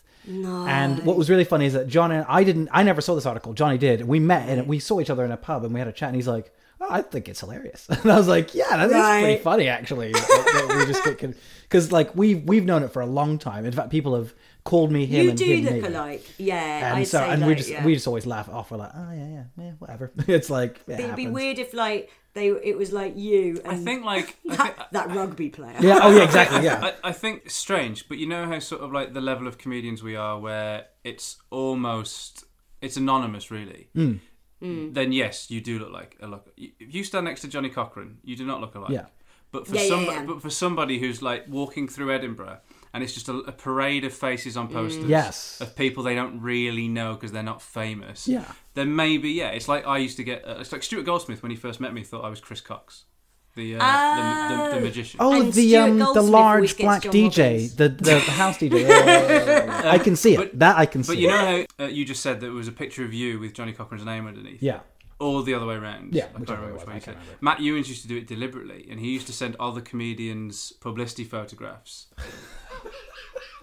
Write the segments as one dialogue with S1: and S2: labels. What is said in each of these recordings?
S1: And what was really funny is that John and I didn't, I never saw this article. Johnny did. We met and we saw each other in a pub and we had a chat and he's like, oh, I think it's hilarious. And I was like, yeah, that is pretty
S2: Right.
S1: funny actually. that- that we just get, because like we've, we've known it for a long time. In fact, people have called me him
S2: you
S1: and
S2: do
S1: him
S2: look
S1: me.
S2: alike. Yeah,
S1: And
S2: I'd
S1: so,
S2: say
S1: and
S2: like,
S1: we just,
S2: yeah.
S1: we just always laugh it off. We're like, oh yeah, yeah, yeah, whatever. It's like, it
S2: It'd be
S1: happens.
S2: weird if like they it was like you and
S3: I think like I think,
S2: that, that rugby player.
S1: Yeah. Oh yeah, exactly. Yeah.
S3: I, I think it's strange, but you know how sort of like the level of comedians we are, where it's almost it's anonymous, really.
S1: Hmm.
S2: Hmm.
S3: Then yes, you do look like a look. If you stand next to Johnny Cochran, you do not look alike.
S1: Yeah.
S3: But for
S2: Yeah, yeah,
S3: some,
S2: yeah.
S3: but for somebody who's like walking through Edinburgh. And it's just a, a parade of faces on
S2: Mm.
S3: posters
S1: Yes.
S3: of people they don't really know because they're not famous.
S1: Yeah.
S3: Then maybe yeah, it's like I used to get. Uh, it's like Stuart Goldsmith when he first met me thought I was Chris Cox, the uh, the, the, the magician.
S1: Oh,
S2: And
S1: the
S2: Stuart
S1: um, the
S2: Goldsmith
S1: large
S2: always gets
S1: black
S2: John
S1: DJ,
S2: Robbins.
S1: the, the house DJ. Uh, I can see it. that I can see.
S3: But you
S1: it.
S3: know how uh, you just said that it was a picture of you with Johnny Cochran's name underneath?
S1: yeah.
S3: Or the other way around.
S1: Yeah,
S3: I can't
S1: whichever
S3: remember
S1: way
S3: which
S1: it was, I
S3: way you said.
S1: can't remember.
S3: Matt Ewens used to do it deliberately, and he used to send other comedians publicity photographs.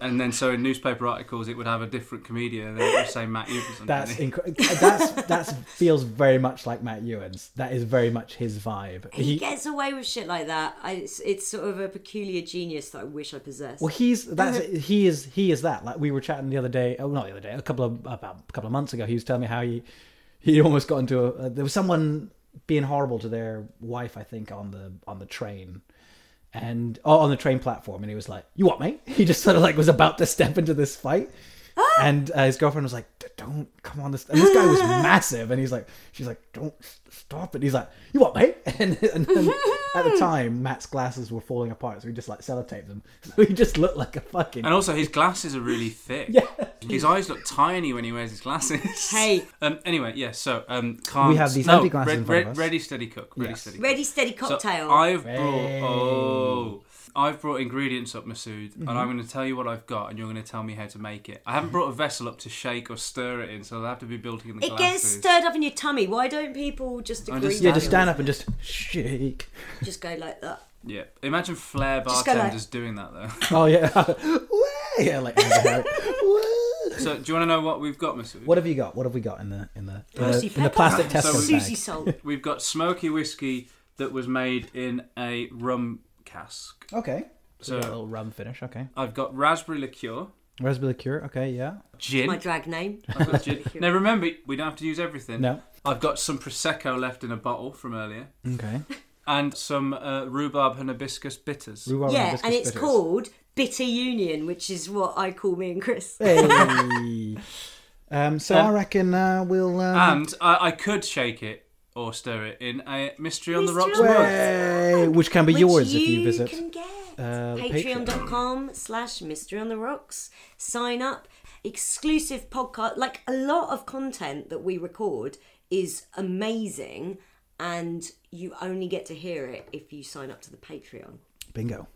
S3: and then so in newspaper articles, it would have a different comedian, and it would say Matt Ewens underneath.
S1: That's incredible. That's that's feels very much like Matt Ewan's. That is very much his vibe.
S2: He
S1: He,
S2: gets away with shit like that. I, it's, it's sort of a peculiar genius that I wish I possessed.
S1: well, he's that's he is he is that. Like we were chatting the other day. Oh, not the other day. A couple of about a couple of months ago, he was telling me how he he almost got into a. uh, there was someone being horrible to their wife, I think, on the on the train. and oh, on the train platform, and he was like, "You what, mate?" He just sort of like was about to step into this fight, and uh, his girlfriend was like, "D- "Don't come on this." And this guy was massive, and he's like, "She's like, don't s- stop it." He's like, "You what, mate?" And, and then at the time, Matt's glasses were falling apart, so he just like sellotaped them, so he just looked like a fucking.
S3: And also, his glasses are really thick. yeah. His eyes look tiny when he wears his glasses.
S2: Hey.
S3: Um, anyway, yeah, so. Um, can't,
S1: We have these
S3: no,
S1: empty glasses
S3: Red,
S1: in front of
S3: Red-
S1: us.
S3: Ready, steady, cook. Ready, steady, cook.
S2: Ready, steady,
S3: So
S2: cocktail.
S3: I've brought oh, I've brought ingredients up, Masood,
S1: Mm-hmm.
S3: and I'm going to tell you what I've got, and you're going to tell me how to make it. I haven't brought a vessel up to shake or stir it in, so they'll have to be built in the
S2: it gets
S3: glasses.
S2: stirred up in your tummy. Why don't people just agree?
S3: just-
S1: yeah,
S2: to
S1: just
S2: it?
S1: stand up and just shake.
S2: Just go like that.
S3: yeah, imagine flair
S2: go like-
S3: bartenders doing that though.
S1: Oh yeah, Wah! yeah, like Amber Heard. Wah!
S3: so, do you want to know what we've got, Masood?
S1: what have you got? What have we got in the in the in the,
S2: Percy
S1: Uh, in the
S2: Pepper.
S1: plastic
S3: So
S1: Tesco
S3: we-
S2: Susie
S1: bag?
S2: salt.
S3: We've got smoky whiskey that was made in a rum cask.
S1: Okay, so
S3: So-
S1: a little rum finish. Okay.
S3: I've got raspberry liqueur,
S1: Raspberry liqueur, okay, yeah.
S3: gin.
S2: My drag name.
S3: I've got gin. Now remember, we don't have to use everything.
S1: No.
S3: I've got some prosecco left in a bottle from earlier.
S1: Okay.
S3: and some uh, rhubarb and hibiscus bitters.
S1: Rhubarb
S2: yeah,
S1: hibiscus
S2: and it's
S1: bitters.
S2: called Bitter Union, which is what I call me and Chris.
S1: Hey. um, so I reckon uh, we'll. Um,
S3: and I, I could shake it or stir it in a mystery on the
S2: Mystery
S3: rocks
S2: on the
S3: mug.
S2: Rocks.
S1: hey, which can be
S2: Which
S1: yours if you visit.
S2: can get.
S1: uh, the Patreon.
S2: Patreon.com slash Mystery on the Rocks. Sign up. Exclusive podcast. Like a lot of content that we record is amazing, and you only get to hear it if you sign up to the Patreon.
S1: Bingo.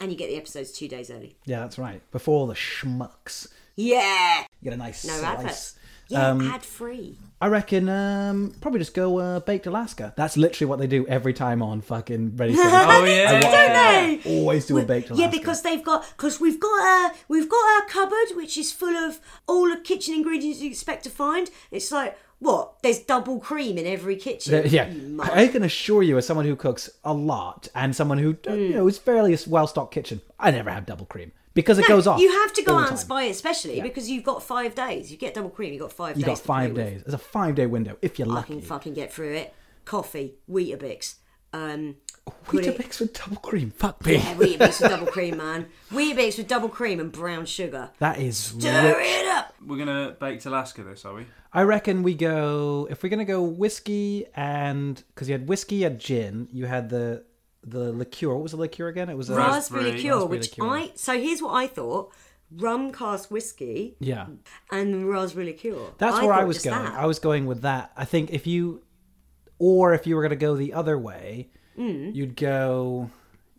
S2: And you get the episodes two days early.
S1: Yeah, that's right. Before the schmucks,
S2: Yeah!
S1: you get a nice
S2: No
S1: slice. Um,
S2: adverts. Yeah, ad free.
S1: I reckon um, probably just go uh, baked Alaska. That's literally what they do every time on fucking Ready Steady.
S3: Oh yeah,
S2: Don't they?
S1: Always do a baked Alaska.
S2: Yeah, because they've got because we've got a we've got our cupboard which is full of all the kitchen ingredients you expect to find. It's like what there's double cream in every kitchen.
S1: Uh, yeah,
S2: You
S1: I
S2: mug.
S1: I can assure you, as someone who cooks a lot and someone who uh,
S2: Hmm.
S1: you know is fairly well stocked kitchen, I never have double cream because it goes off.
S2: You have to go
S1: all the
S2: out and
S1: time.
S2: buy it, especially because you've got five days. You get double cream. You have got five.
S1: You
S2: days
S1: got
S2: to
S1: five
S2: play with.
S1: days. It's a five day window if you're
S2: I
S1: lucky.
S2: can fucking get through it. Coffee, Weetabix. Um, put it-
S1: Weetabix with double cream. Fuck me.
S2: Yeah, Weetabix with double cream, man. Weetabix with double cream and brown sugar.
S1: That is.
S2: Stir
S1: rich.
S2: it up.
S3: we're gonna bake to Alaska this, are we?
S1: I reckon we go if we're gonna go whiskey and because you had whiskey, you had gin, you had the the liqueur. What was the liqueur again? It was a
S3: Raspberry.
S2: raspberry, liqueur,
S1: Raspberry
S2: which
S1: liqueur.
S2: I so here's what I thought: rum cask whiskey
S1: yeah.
S2: and raspberry liqueur.
S1: That's where I
S2: thought
S1: was
S2: just
S1: going.
S2: that.
S1: I was going with that. I think if you, or if you were gonna go the other
S2: Mm.
S1: way, you'd go.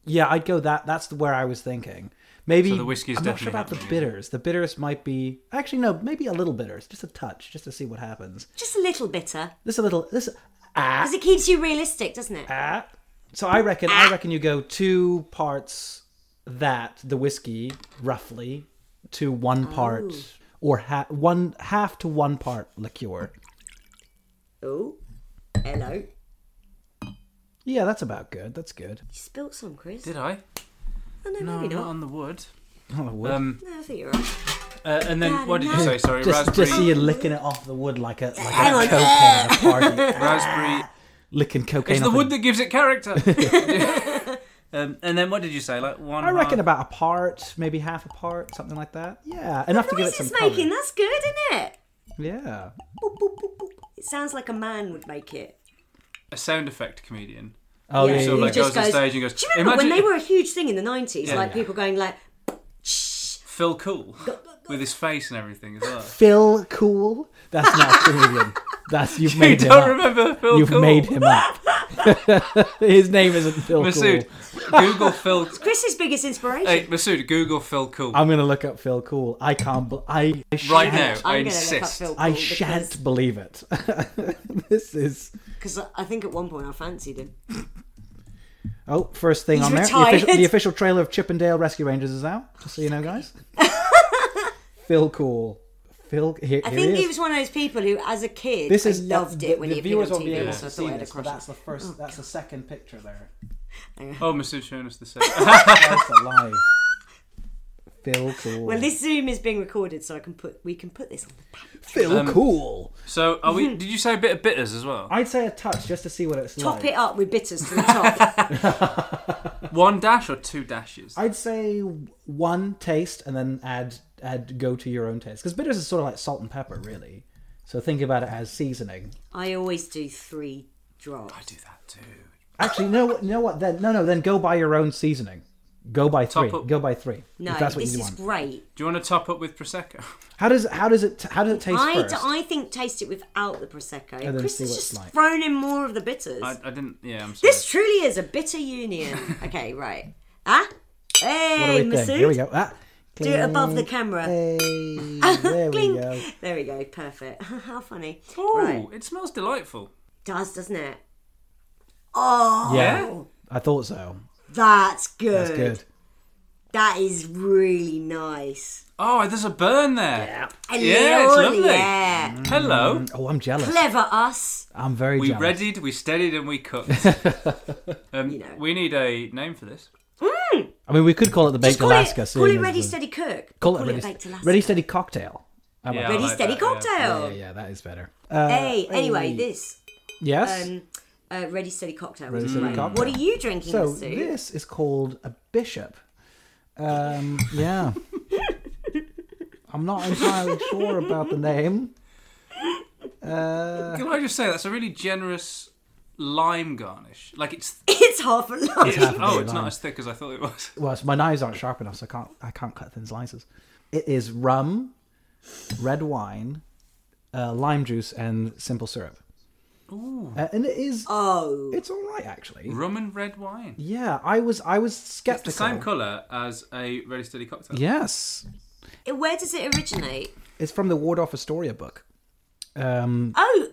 S1: Yeah, I'd go that. That's where I was thinking. Maybe
S3: So the whiskey's
S1: I'm not sure
S3: definitely
S1: about the
S3: happening.
S1: bitters. The bitters might be actually no, maybe a little bitters, just a touch, just to see what happens.
S2: Just a little bitter.
S1: This a little this ah
S2: Because it keeps you realistic, doesn't
S3: Uh,
S2: it?
S1: Ah. So I reckon I reckon you go two parts that the whiskey roughly to one part
S2: Oh.
S1: or ha- one half to one part liqueur.
S2: Oh, hello. You
S1: Yeah, that's about good. That's good.
S2: spilt some, Chris.
S3: Did I?
S2: Oh, no,
S3: No,
S2: maybe
S3: not
S2: not.
S3: on the wood. Um,
S2: No, I think you're right.
S3: Uh, and then what did you
S2: no.
S3: say? Sorry,
S1: Just,
S3: raspberry.
S1: just see you licking it off the wood like a like
S2: Hang
S1: a
S2: on.
S1: cocaine at a party.
S3: raspberry.
S2: Ah.
S1: licking cocaine.
S3: It's the
S1: off
S3: wood
S1: a-
S3: that gives it character. um, and then what did you say? Like one.
S1: I reckon
S3: half-
S1: about a part, maybe half a part, something like that. Yeah, enough to give
S2: Noise
S1: it some
S2: it's making,
S1: color.
S2: that's good, isn't it?
S1: Yeah.
S2: Boop, boop, boop, boop. It sounds like a man would make it.
S3: a sound effect comedian.
S1: Oh yeah.
S2: Yeah,
S1: yeah,
S3: So
S2: he
S3: like
S1: yeah.
S3: goes on stage and goes,
S2: Do you remember when
S3: "Imagine
S2: they were a huge thing in the 90s?
S3: Yeah.
S2: like people going like,
S3: Phil Cool with his face and everything as well.
S1: Phil Cool. That's not comedian. That's you've
S3: you
S1: made him
S3: don't
S1: up.
S3: remember Phil
S1: You've
S3: Cool?
S1: made him up. His name isn't Phil
S3: Masood,
S1: Cool.
S3: Google Phil.
S2: Chris's biggest inspiration.
S3: Hey, Masood, Google Phil Cool
S1: I'm gonna look up Phil Cool. I can't. Bl- I I, sh-
S3: right now. I
S2: I'm going to look up
S3: insist.
S2: Phil
S1: I
S2: Cole
S1: shan't believe it. this is
S2: Because 'cause I think at one point I fancied him.
S1: oh first thing
S2: He's
S1: on there. The official,
S2: retired.
S1: the official trailer of Chippendale Rescue Rangers is out. Just so you know, guys. Phil Cool. Phil. Here,
S2: I
S1: here
S2: think
S1: he
S2: he
S1: is.
S2: was one of those people who, as a kid,
S1: This
S2: I
S1: is
S2: loved
S1: the-
S2: it when
S1: the
S2: he appeared
S1: viewers
S2: on
S1: won't be
S2: TV.
S1: able
S2: so
S1: to
S2: I thought
S1: see
S2: I had a
S1: this, but
S2: crush.
S1: that's the
S2: Oh,
S1: first. that's the second picture there.
S3: Oh, Masood showing us the set.
S1: That's alive. Phil Cool.
S2: Well, this Zoom is being recorded, so I can put we can put this on the back.
S1: Phil Cool.
S3: so, are we? Did you say a bit of bitters as well?
S1: I'd say a touch just to see what it's
S2: Top
S1: like.
S2: it up with bitters to the top.
S3: One dash or two dashes?
S1: I'd say one taste and then add add go to your own taste because bitters is sort of like salt and pepper, really. So think about it as seasoning.
S2: I always do three drops.
S3: do that too.
S1: Actually, no, you know what? Then no, no. Then go by your own seasoning. Go by three.
S3: up.
S1: Go by three.
S2: No,
S1: if that's what
S2: this
S1: you
S2: is
S1: want.
S2: great.
S3: Do you want to top up with prosecco?
S1: How does how does it how does it taste
S2: I,
S1: first?
S2: d- I think taste it without the prosecco.
S1: then
S2: Chris
S1: see
S2: has
S1: what it's
S2: just
S1: like.
S2: thrown in more of the bitters.
S3: I, I didn't. Yeah, I'm sorry.
S2: This truly is a bitter union. okay, right. Ah,
S1: What do
S2: hey,
S1: we think? Here we
S2: Masood.
S1: go. Ah,
S2: Do it above the camera.
S1: Hey, there we
S2: Clink.
S1: go.
S2: There we go. Perfect. How funny.
S3: Oh,
S2: Right.
S3: it smells delightful.
S2: Does doesn't it? Oh,
S3: Yeah.
S1: I thought so.
S2: that's good.
S1: That's good.
S2: That is really nice.
S3: Oh, there's a burn there. Yeah,
S2: A
S3: it's
S2: little,
S3: lovely. Mm.
S2: yeah.
S3: Hello.
S1: Oh, I'm jealous.
S2: Clever us.
S1: I'm very
S3: We
S1: jealous.
S3: readied, we steadied, and we cooked. um, We need a name for this.
S1: I mean, we could call it the baked
S2: Mm. Just call
S1: Alaska.
S2: it,
S1: seeing
S2: call it
S1: as
S2: Ready
S1: the-
S2: Steady Cook.
S1: Call,
S2: it,
S1: it, ready,
S2: Baked Alaska.
S1: ready steady cocktail. How about
S3: Yeah, I
S2: Ready
S3: like
S2: Steady
S3: that, yeah.
S2: Cocktail.
S1: Yeah, yeah, that is better. Uh,
S2: Hey, anyway, this
S1: Yes.
S2: um, uh, Ready Steady Cocktail.
S1: Ready
S2: was
S1: Steady
S2: great.
S1: Cocktail.
S2: What are you drinking,
S1: so
S2: Sue?
S1: this is called a bishop. Um, yeah. I'm not entirely sure about the name.
S3: Can I just say that's a really generous lime garnish? Like it's,
S2: It's half a lot.
S3: oh,
S1: bit
S3: it's
S1: lime.
S3: not as thick as I thought it was.
S1: Well, it's- my knives aren't sharp enough, so I can't. I can't cut thin slices. It is rum, red wine, uh, lime juice, and simple syrup. Ooh. and it is.
S2: Oh,
S1: It's all right, actually.
S3: Rum and red wine.
S1: Yeah, I was. I was
S3: It's
S1: skeptical.
S3: the same colour as a ready steady cocktail.
S1: Yes,
S2: where does it originate?
S1: It's from the Wardorf Astoria book. Um,
S2: Oh,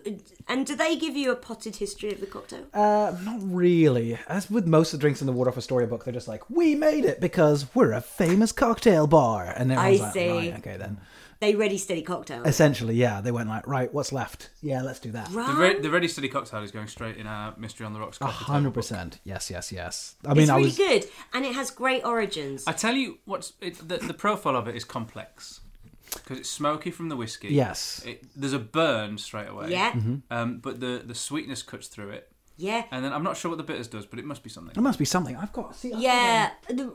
S2: and do they give you a potted history of the cocktail?
S1: uh, not really. As with most of the drinks in the Wardorf Astoria book, they're just like, "We made it because we're a famous cocktail bar," and everyone's
S2: I
S1: like,
S2: see.
S1: "Right, okay then."
S2: they Ready Steady Cocktail.
S1: Essentially, yeah, they went like, "Right, what's left? Yeah, let's do that."
S3: The, re- the ready steady cocktail is going straight in our mystery on the rocks. coffee table
S1: Hundred
S3: book.
S1: percent. Yes, yes, yes. I mean,
S2: it's
S1: I
S2: really
S1: was.
S2: good, and it has great origins.
S3: I tell you what's it, the, the profile of it is complex because it's smoky from the whiskey.
S1: Yes. Mm-hmm.
S3: It, there's a burn straight away.
S2: Yeah. Mhm.
S3: Um, but the the sweetness cuts through it,
S2: yeah,
S3: and then I'm not sure what the bitters does, but it must be
S1: There
S3: something.
S1: must be something. I've got. See, I've
S2: yeah. The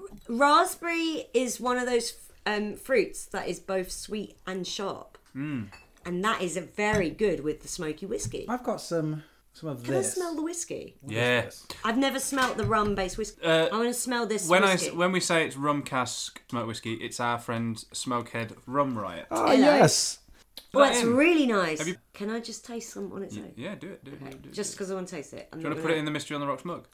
S2: raspberry is one of those um, fruits that is both sweet and sharp, mm.
S3: Hmm.
S2: and that is a very good with the smoky whiskey.
S1: got- I've got some. Some of
S2: Can I
S1: this.
S2: smell the whiskey?
S3: Yeah.
S2: I've never smelt the rum-based whiskey. I want to smell this
S3: Uh, When I
S2: whiskey.
S3: s- when we say it's rum cask smoke whiskey, it's our friend Smokehead Rum Riot.
S1: Oh yes.
S2: well,
S3: that
S2: it's
S3: in.
S2: Oh, really nice. Can I just taste some on its own?
S3: Yeah, do it, do it, do it. do it.
S2: Just because I want to taste it. I'm
S3: Do you
S2: not
S3: want to
S2: gonna-
S3: put it in the mystery on the rocks mug?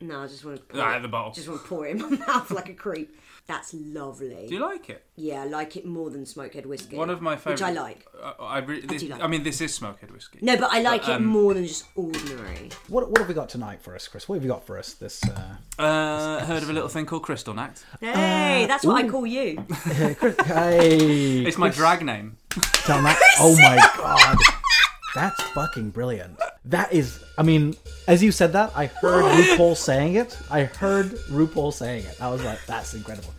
S2: No, I just want to pour
S3: Ah,
S2: it-
S3: the bottle.
S2: Just want to pour it in my mouth like a creep. That's lovely.
S3: Do you like it?
S2: yeah, I like it more than smokehead whiskey.
S3: One of my favourite.
S2: Which I like.
S3: I, I, really, this, I,
S2: do like
S3: mean, this is smokehead whiskey.
S2: No, but I like
S3: Um,
S2: it more than just ordinary.
S1: What what have we got tonight for us, Chris? What have you got for us this? Uh,
S3: Uh, heard of a little thing called Crystal Nact.
S2: Hey, that's what I call you.
S1: Chris, hey,
S3: It's my
S1: Chris,
S3: drag name.
S1: tell that- Oh my god, that's fucking brilliant. That is, I mean, as you said that, I heard RuPaul saying it. I heard RuPaul saying it. I was like, that's incredible.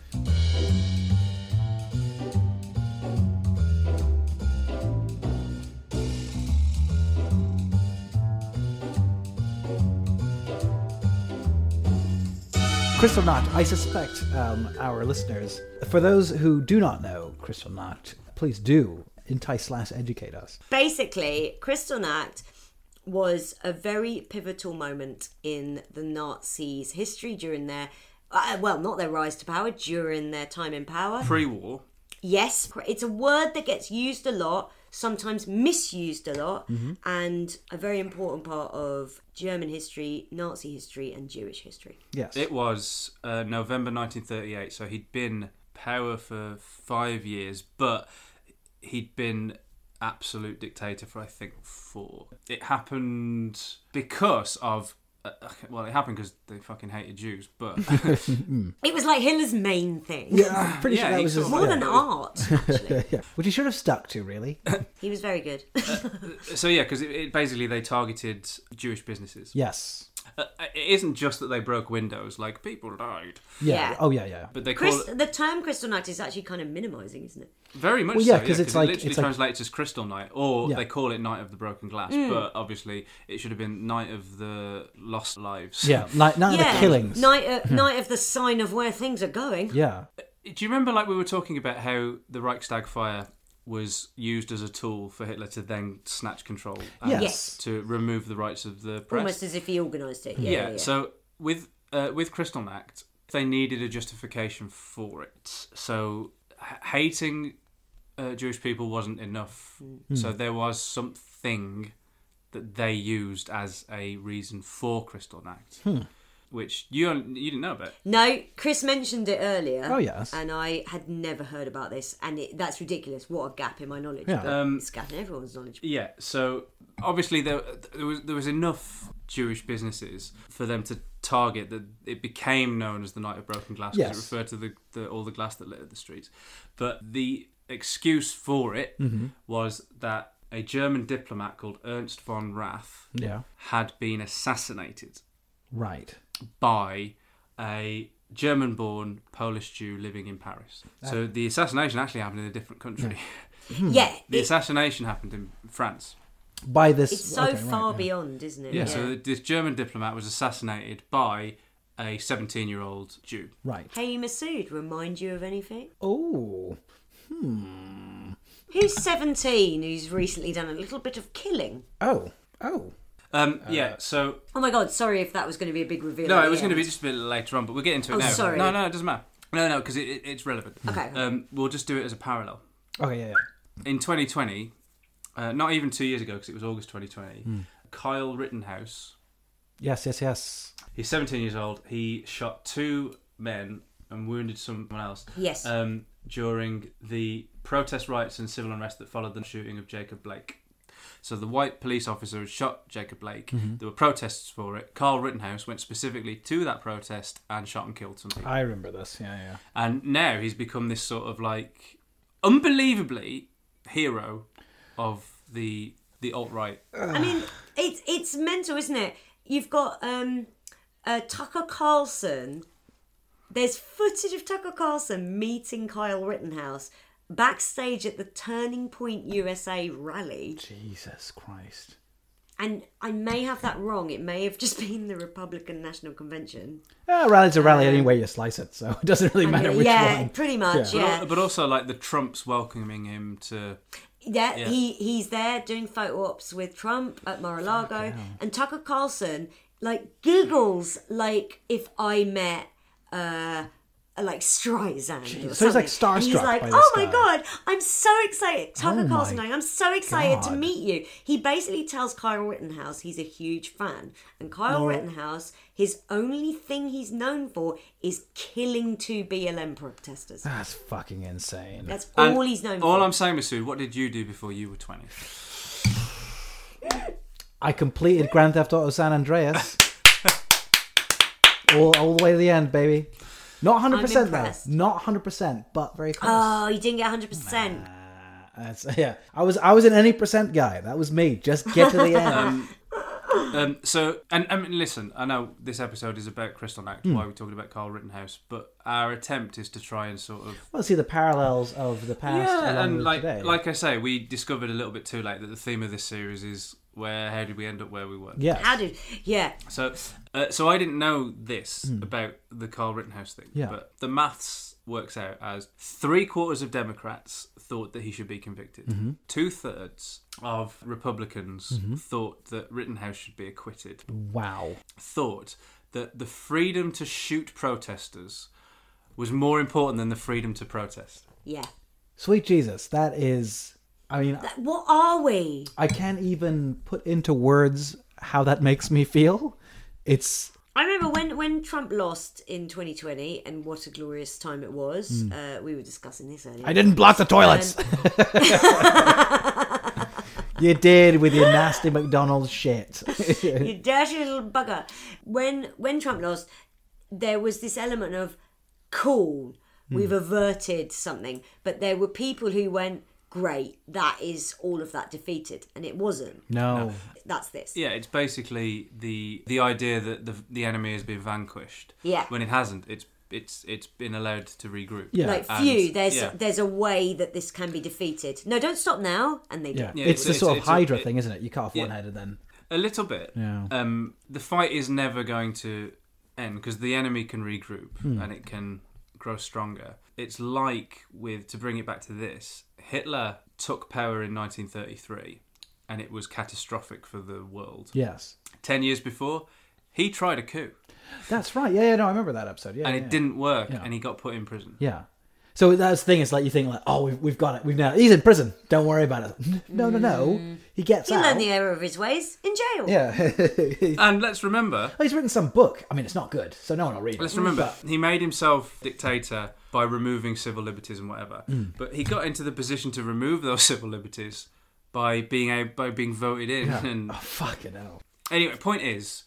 S1: Crystal Knot, I suspect um, our listeners, for those who do not know Crystal Knot, please do entice slash educate us.
S2: Basically, Kristallnacht was a very pivotal moment in the Nazis' history during their, uh, well, not their rise to power, during their time in power.
S3: Pre war.
S2: Yes, it's a word that gets used a lot, sometimes misused a lot,
S3: Mm-hmm.
S2: and a very important part of German history, Nazi history, and Jewish history.
S1: Yes.
S3: It was uh, November 1938, so he'd been power for five years, but he'd been absolute dictator for I think four. It happened because of. Uh, well, it happened because they fucking hated Jews, but
S2: It was like Hitler's main thing.
S1: I'm pretty
S3: yeah,
S1: sure that
S3: he
S1: was his,
S3: sort of-
S2: More
S1: yeah,
S2: than art, actually.
S1: yeah. Which he should have stuck to, really.
S2: he was very good.
S3: so yeah, because it, it basically they targeted Jewish businesses.
S1: yes.
S3: Uh, it isn't just that they broke windows; like people died,
S1: Yeah.
S2: Yeah.
S1: Oh, yeah, yeah.
S3: but they
S2: Chris,
S3: call it
S2: the term crystal night is actually kind of minimizing, isn't it?
S3: very much.
S1: Well, yeah,
S3: so,
S1: 'cause it's
S3: it
S1: like-
S3: literally
S1: it's like-
S3: translates as Crystal Night, or
S1: Yeah.
S3: they call it Night of the Broken Glass.
S2: Mm.
S3: But obviously, it should have been Night of the Lost Lives.
S1: Yeah. Like, none of the killings. Hmm.
S2: Night, uh, night of the sign of where things are going.
S1: yeah.
S3: Do you remember, like, we were talking about how the Reichstag fire was used as a tool for Hitler to then snatch control and
S1: Yes.
S2: Yes.
S3: to remove the rights of the press?
S2: Almost as if he organised it. Yeah.
S3: yeah,
S2: yeah, yeah.
S3: So with uh, with Kristallnacht, they needed a justification for it. So h- hating uh, Jewish people wasn't enough. So there was something that they used as a reason for Kristallnacht, which you don't- you didn't know about.
S2: No, Chris mentioned it earlier.
S1: Oh, yes.
S2: And I had never heard about this, and it, that's ridiculous. What a gap in my knowledge.
S1: Yeah.
S2: But
S3: Um,
S2: it's a gap in everyone's knowledge.
S3: Yeah, so obviously there, there was there was enough Jewish businesses for them to target that it became known as the Night of Broken Glass because
S1: Yes.
S3: it referred to the, the all the glass that littered the streets. But the excuse for it was that a German diplomat called Ernst von Rath
S1: Yeah.
S3: had been assassinated
S1: Right.
S3: by a German born Polish Jew living in Paris. So the assassination actually happened in a different country. Hmm.
S2: Yeah,
S3: The
S2: it,
S3: assassination happened in France.
S1: By this.
S2: it's so
S1: okay, right,
S2: far
S1: yeah.
S2: beyond, isn't it?
S3: Yeah, so this German diplomat was assassinated by a 17 year old Jew.
S1: Right.
S2: Hey Masood, remind you of anything?
S1: Oh.
S2: Who's 17 who's recently done a little bit of killing?
S1: Oh. Oh.
S3: Um, yeah, so.
S2: Oh my god, sorry if that was going to be a big reveal.
S3: No,
S2: at
S3: it
S2: the
S3: was going to
S2: end.
S3: be just a bit later on, but we'll get into it
S2: Oh,
S3: now.
S2: sorry.
S3: No, no, it doesn't matter. No, no, because it, it, it's relevant.
S2: Okay.
S3: Um, we'll just do it as a parallel.
S1: Okay, yeah, yeah.
S3: In 2020, uh, not even two years ago, because it was August 2020,
S2: Hmm.
S3: Kyle Rittenhouse,
S1: Yes, yes, yes.
S3: he's 17 years old, he shot two men and wounded someone else.
S2: Yes.
S3: Um, during the protest riots and civil unrest that followed the shooting of Jacob Blake. So the white police officer who shot Jacob Blake. There were protests for it. Carl Rittenhouse went specifically to that protest and shot and killed some people.
S1: I remember this. Yeah, yeah.
S3: and now he's become this sort of like unbelievably hero of the the alt right.
S2: I mean, it's it's mental, isn't it? You've got um, uh, Tucker Carlson. There's footage of Tucker Carlson meeting Kyle Rittenhouse backstage at the Turning Point USA rally,
S1: Jesus Christ.
S2: and I may have that wrong. It may have just been the Republican National Convention.
S1: Ah, rally's a rally any way you slice it, so it doesn't really matter which
S2: Uh, yeah,
S1: one.
S2: pretty much.
S1: Yeah.
S2: Yeah,
S3: But also like the Trumps welcoming him to
S2: Yeah, he he's there doing photo ops with Trump at Mar-a-Lago, and Tucker Carlson like giggles like if I met uh, uh, like Streisand. or
S1: so he's, like,
S2: something. And He's
S1: starstruck
S2: like,
S1: by this
S2: oh my
S1: guy." Oh
S2: god, I'm so excited. Tucker
S1: my
S2: Carlson, going, I'm so excited to
S1: God.
S2: meet you. He basically tells Kyle Rittenhouse he's a huge fan, and Kyle Rittenhouse, his only thing he's known for is killing two BLM protesters.
S1: That's fucking insane.
S2: That's
S3: And
S2: all he's known
S3: All
S2: for.
S3: I'm saying, Masood, what did you do before you were 20?
S1: I completed Grand Theft Auto San Andreas. all, all the way to the end, baby. Not 100%
S2: impressed.
S1: though. Not 100%, but very close.
S2: oh, you didn't get 100%.
S1: That's, yeah. I was I was an any percent guy. That was me. Just get to the end.
S3: Um, so, and I mean, listen, I know this episode is about Crystal Act,
S1: Hmm.
S3: why we're talking about Carl Rittenhouse, but our attempt is to try and sort of.
S1: well, see the parallels of the past along
S3: Yeah, and
S1: with
S3: like
S1: today.
S3: like I say, we discovered a little bit too late that the theme of this series is where how did we end up where we were.
S1: yes.
S2: How did, yeah.
S3: So, uh, so I didn't know this about the Carl Rittenhouse thing.
S1: Hmm. Yeah.
S3: But the maths works out as three quarters of Democrats thought that he should be convicted.
S1: Mm-hmm.
S3: Two thirds of Republicans thought that Rittenhouse should be acquitted.
S1: wow.
S3: Thought that the freedom to shoot protesters was more important than the freedom to protest.
S2: Yeah.
S1: Sweet Jesus. That is I mean,
S2: What are we?
S1: I can't even put into words how that makes me feel. It's
S2: I remember when, when Trump lost in 2020, and what a glorious time it was. Uh, we were discussing this earlier.
S1: Hmm. I didn't block the toilets. you did with your nasty McDonald's shit.
S2: you dirty little bugger. When when Trump lost, there was this element of cool.
S1: Hmm.
S2: We've averted something, but there were people who went, "Great, that is all of that defeated," and it wasn't.
S1: No.
S2: That's this.
S3: Yeah, it's basically the the idea that the the enemy has been vanquished.
S2: Yeah.
S3: When it hasn't, it's it's it's been allowed to regroup.
S1: Yeah.
S2: Like
S3: And-
S2: phew, there's
S3: yeah.
S2: there's a way that this can be defeated. No, don't stop now. And they
S1: Yeah.
S2: did.
S1: it's,
S3: it's-
S1: the
S3: it's-
S1: sort of
S3: it's a-
S1: Hydra
S3: it-
S1: thing, isn't it? You cut off one
S3: Yeah.
S1: head and then.
S3: A little bit.
S1: Yeah.
S3: Um, the fight is never going to end because the enemy can regroup
S1: Hmm.
S3: and it can grow stronger. It's like with to bring it back to this, Hitler took power in 1933 and it was catastrophic for the world.
S1: Yes.
S3: 10 years before, he tried a coup
S1: That's right. Yeah, yeah, no, I remember that episode. Yeah.
S3: and
S1: yeah,
S3: it
S1: yeah.
S3: didn't work and he got put in prison.
S1: Yeah. So that's the thing. It's like you think, like, oh, we've, we've got it. We've now. He's in prison. Don't worry about it. No, no,
S3: Mm.
S1: no. He gets
S2: He
S1: out.
S2: learned the error of his ways in jail.
S1: yeah.
S3: And let's remember,
S1: he's written some book. I mean, it's not good, so no one will read
S3: Let's
S1: it.
S3: remember,
S1: But-
S3: he made himself dictator by removing civil liberties and whatever. But he got into the position to remove those civil liberties by being a, by being voted in. And
S1: oh, fucking hell.
S3: anyway, point is,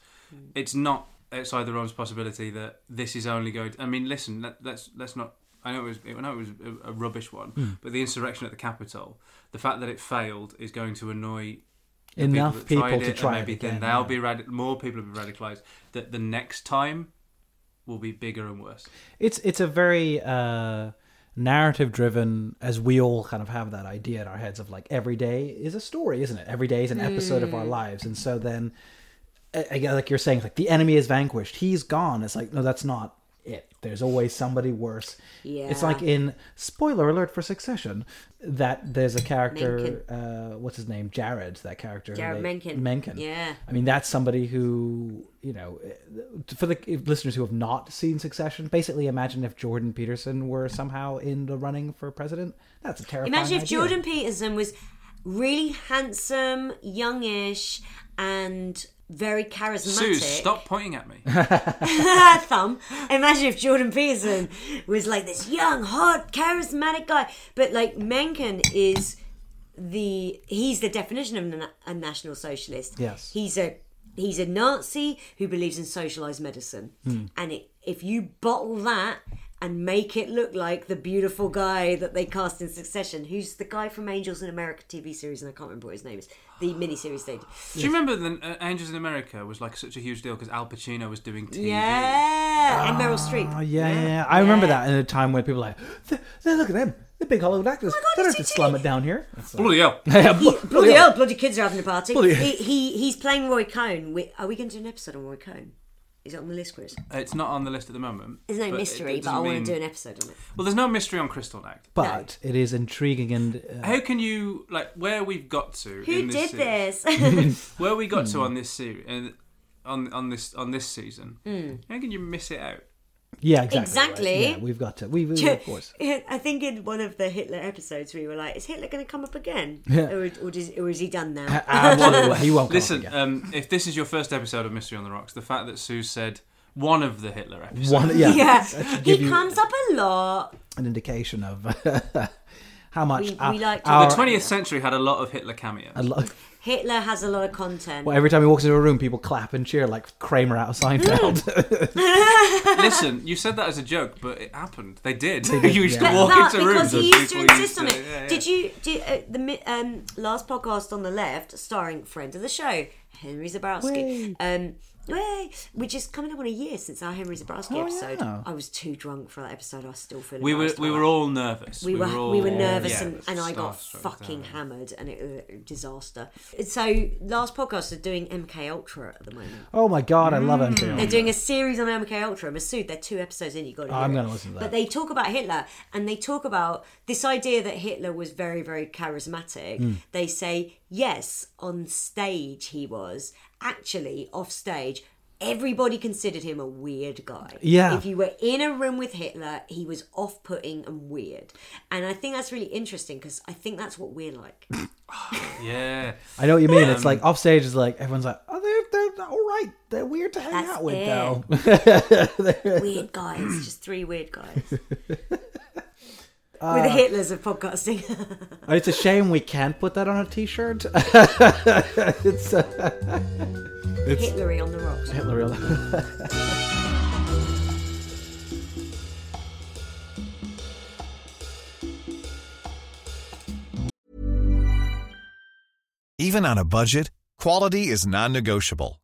S3: it's not outside the realms of possibility that this is only going. To, I mean, listen, let, let's let's not. I know it was I know it was a, a rubbish one,
S1: Hmm.
S3: but the insurrection at the Capitol, the fact that it failed is going to annoy. the
S1: Enough
S3: that tried
S1: people
S3: it
S1: to
S3: and
S1: try it
S3: maybe
S1: again.
S3: Then they'll be radi- more people will be radicalized. That the next time will be bigger and worse.
S1: It's it's a very uh, narrative driven, as we all kind of have that idea in our heads of like every day is a story, isn't it? Every day is an episode of our
S2: Mm.
S1: lives, and so then, I- I guess, like you're saying, like the enemy is vanquished, he's gone. It's like no, that's not it. There's always somebody worse. It's
S2: Yeah.
S1: like in spoiler alert for Succession that there's a character, uh, what's his name, Jared, that character, who
S2: Jared
S1: they-
S2: Menken.
S1: Menken,
S2: Yeah.
S1: I mean, that's somebody who, you know, eh, for the listeners who have not seen Succession, basically imagine if Jordan Peterson were somehow in the running for president. That's a terrifying
S2: Imagine if
S1: idea.
S2: Jordan Peterson was really handsome, youngish, and very charismatic.
S3: Sue, stop pointing at me.
S2: Thumb. Imagine if Jordan Peterson was like this young, hot, charismatic guy, but like Mencken is the he's the definition of na- a national socialist.
S1: Yes.
S2: he's a he's a Nazi who believes in socialized medicine,
S1: Hmm.
S2: and it, if you bottle that. And make it look like the beautiful guy that they cast in Succession, who's the guy from Angels in America TV series, and I can't remember what his name is. The miniseries they did.
S3: Do you remember that uh, Angels in America was like such a huge deal because Al Pacino was doing TV?
S2: Yeah, and Meryl Streep.
S1: Oh, yeah, yeah, yeah. I remember that in a time when people were like, "Th- th- look at them. They're big Hollywood actors.
S2: Oh God,
S1: they don't
S2: is
S1: have to
S2: he
S1: slum
S2: doing-
S1: it down here. It's like-
S3: Bloody hell.
S1: Yeah, bl-
S2: Bloody hell, bloody kids are having a party.
S1: Bloody hell.
S2: he, he he's playing Roy Cohn. We, are we going to do an episode on Roy Cohn? Is it on the list, Chris?
S3: It's not on the list at the moment.
S2: There's no
S3: but it-
S2: mystery,
S3: it
S2: but I
S3: doesn't mean-
S2: want to do an episode on it.
S3: Well, there's no mystery on Crystal Act.
S1: But it is intriguing and uh,
S3: How can you like where we've got to?
S2: Who
S3: in
S2: did
S3: this series-
S2: this?
S3: Where we
S1: Hmm.
S2: Hmm.
S3: got to on this series, on on this on this season? How can you miss it out?
S1: Yeah, exactly.
S2: Exactly.
S1: right. Yeah, we've got to. We, we- we of course.
S2: I think in one of the Hitler episodes, we were like, "Is Hitler going to come up again,
S1: Yeah.
S2: or, or, does, or is he done now?"
S1: Absolutely, he won't. come up
S3: Listen,
S1: again.
S3: um, if this is your first episode of Mystery on the Rocks, the fact that Sue said one of the Hitler episodes.
S1: One, yeah,
S2: yeah,
S1: should
S2: he
S1: give you-
S2: comes up a lot.
S1: an indication of how much
S2: We- we
S1: our-
S2: like to-
S3: The
S1: our-
S3: 20th century had a lot of Hitler cameos.
S1: a lot-
S2: Hitler has a lot of content.
S1: well, every time he walks into a room, people clap and cheer like Kramer out of Seinfeld.
S3: Listen, you said that as a joke, but it happened. They did. you used
S1: yeah.
S3: to walk
S2: that
S3: into
S2: because
S3: rooms
S2: he
S3: and
S2: used to
S3: people
S2: insist on it.
S3: yeah, yeah.
S2: Did you did uh, the mi- um, last podcast on the left, starring friend of the show Henry Zabrowski? Um, way. We're just coming up on a year since our Henry Zabrowski episode.
S1: yeah.
S2: I was too drunk for that episode. I still feel
S3: Oh, We were
S2: embarrassed
S3: we
S2: about
S3: were
S2: that.
S3: all nervous.
S2: we were
S3: all,
S2: we were nervous
S3: yeah,
S2: and, and I got
S3: starstruck, uh,
S2: fucking
S3: yeah.
S2: hammered and it was a disaster. So last podcast are doing MK Ultra at the moment.
S1: oh my god, I love MK.
S2: They're doing a series on MK Ultra. Masood, they're two episodes in. You got.
S1: I'm gonna listen to that.
S2: But they talk about Hitler, and they talk about this idea that Hitler was very, very charismatic.
S1: Hmm.
S2: They say yes, on stage he was. Actually, off stage, everybody considered him a weird guy.
S1: Yeah.
S2: If you were in a room with Hitler, he was off-putting and weird. And I think that's really interesting because I think that's what we're like.
S3: Yeah.
S1: I know what you mean. It's like off stage is like everyone's like, oh, they're they're all right. They're weird to hang
S2: That's
S1: out with
S2: it.
S1: though.
S2: weird guys, just three weird guys. We're
S1: Uh,
S2: the Hitlers of podcasting.
S1: it's a shame we can't put that on a T-shirt. it's uh,
S2: Hitlery on the rocks.
S1: Hitler. real-
S4: Even on a budget, quality is non-negotiable.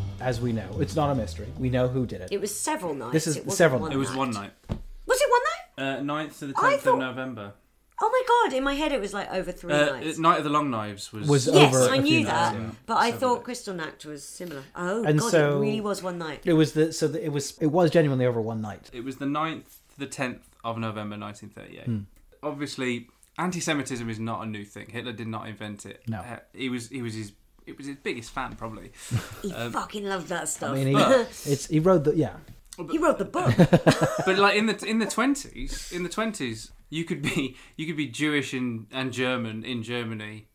S1: as we know, it's not a mystery. We know who did it.
S2: It was several nights.
S1: This is
S2: it wasn't
S1: several
S2: One
S1: nights.
S3: It was
S2: night.
S3: one night.
S2: Was it one night?
S3: Uh, 9th to the
S2: I
S3: 10th
S2: thought-
S3: of November.
S2: Oh my god! In my head, it was like over three
S3: Uh,
S2: nights.
S3: Night of the Long Knives was.
S1: Was- oh.
S2: yes,
S1: over
S2: I
S1: a few
S2: knew that,
S1: nights, yeah.
S2: but I
S3: Several
S2: thought
S3: nights.
S2: Crystal Nact was similar. Oh
S1: And
S2: god,
S1: so-
S2: it really was one night.
S1: It was the so the, it was it was genuinely over one night.
S3: It was the 9th to the 10th of November 1938.
S1: Hmm.
S3: Obviously, anti Semitism is not a new thing. Hitler did not invent it.
S1: No.
S3: Uh, he, was, he was his. It was his biggest fan, probably.
S2: He
S3: Um,
S2: fucking loved that stuff.
S1: I mean, he, it's he wrote the yeah.
S2: he wrote the book.
S3: but like in the in the twenties, in the twenties, you could be you could be Jewish and and German in Germany,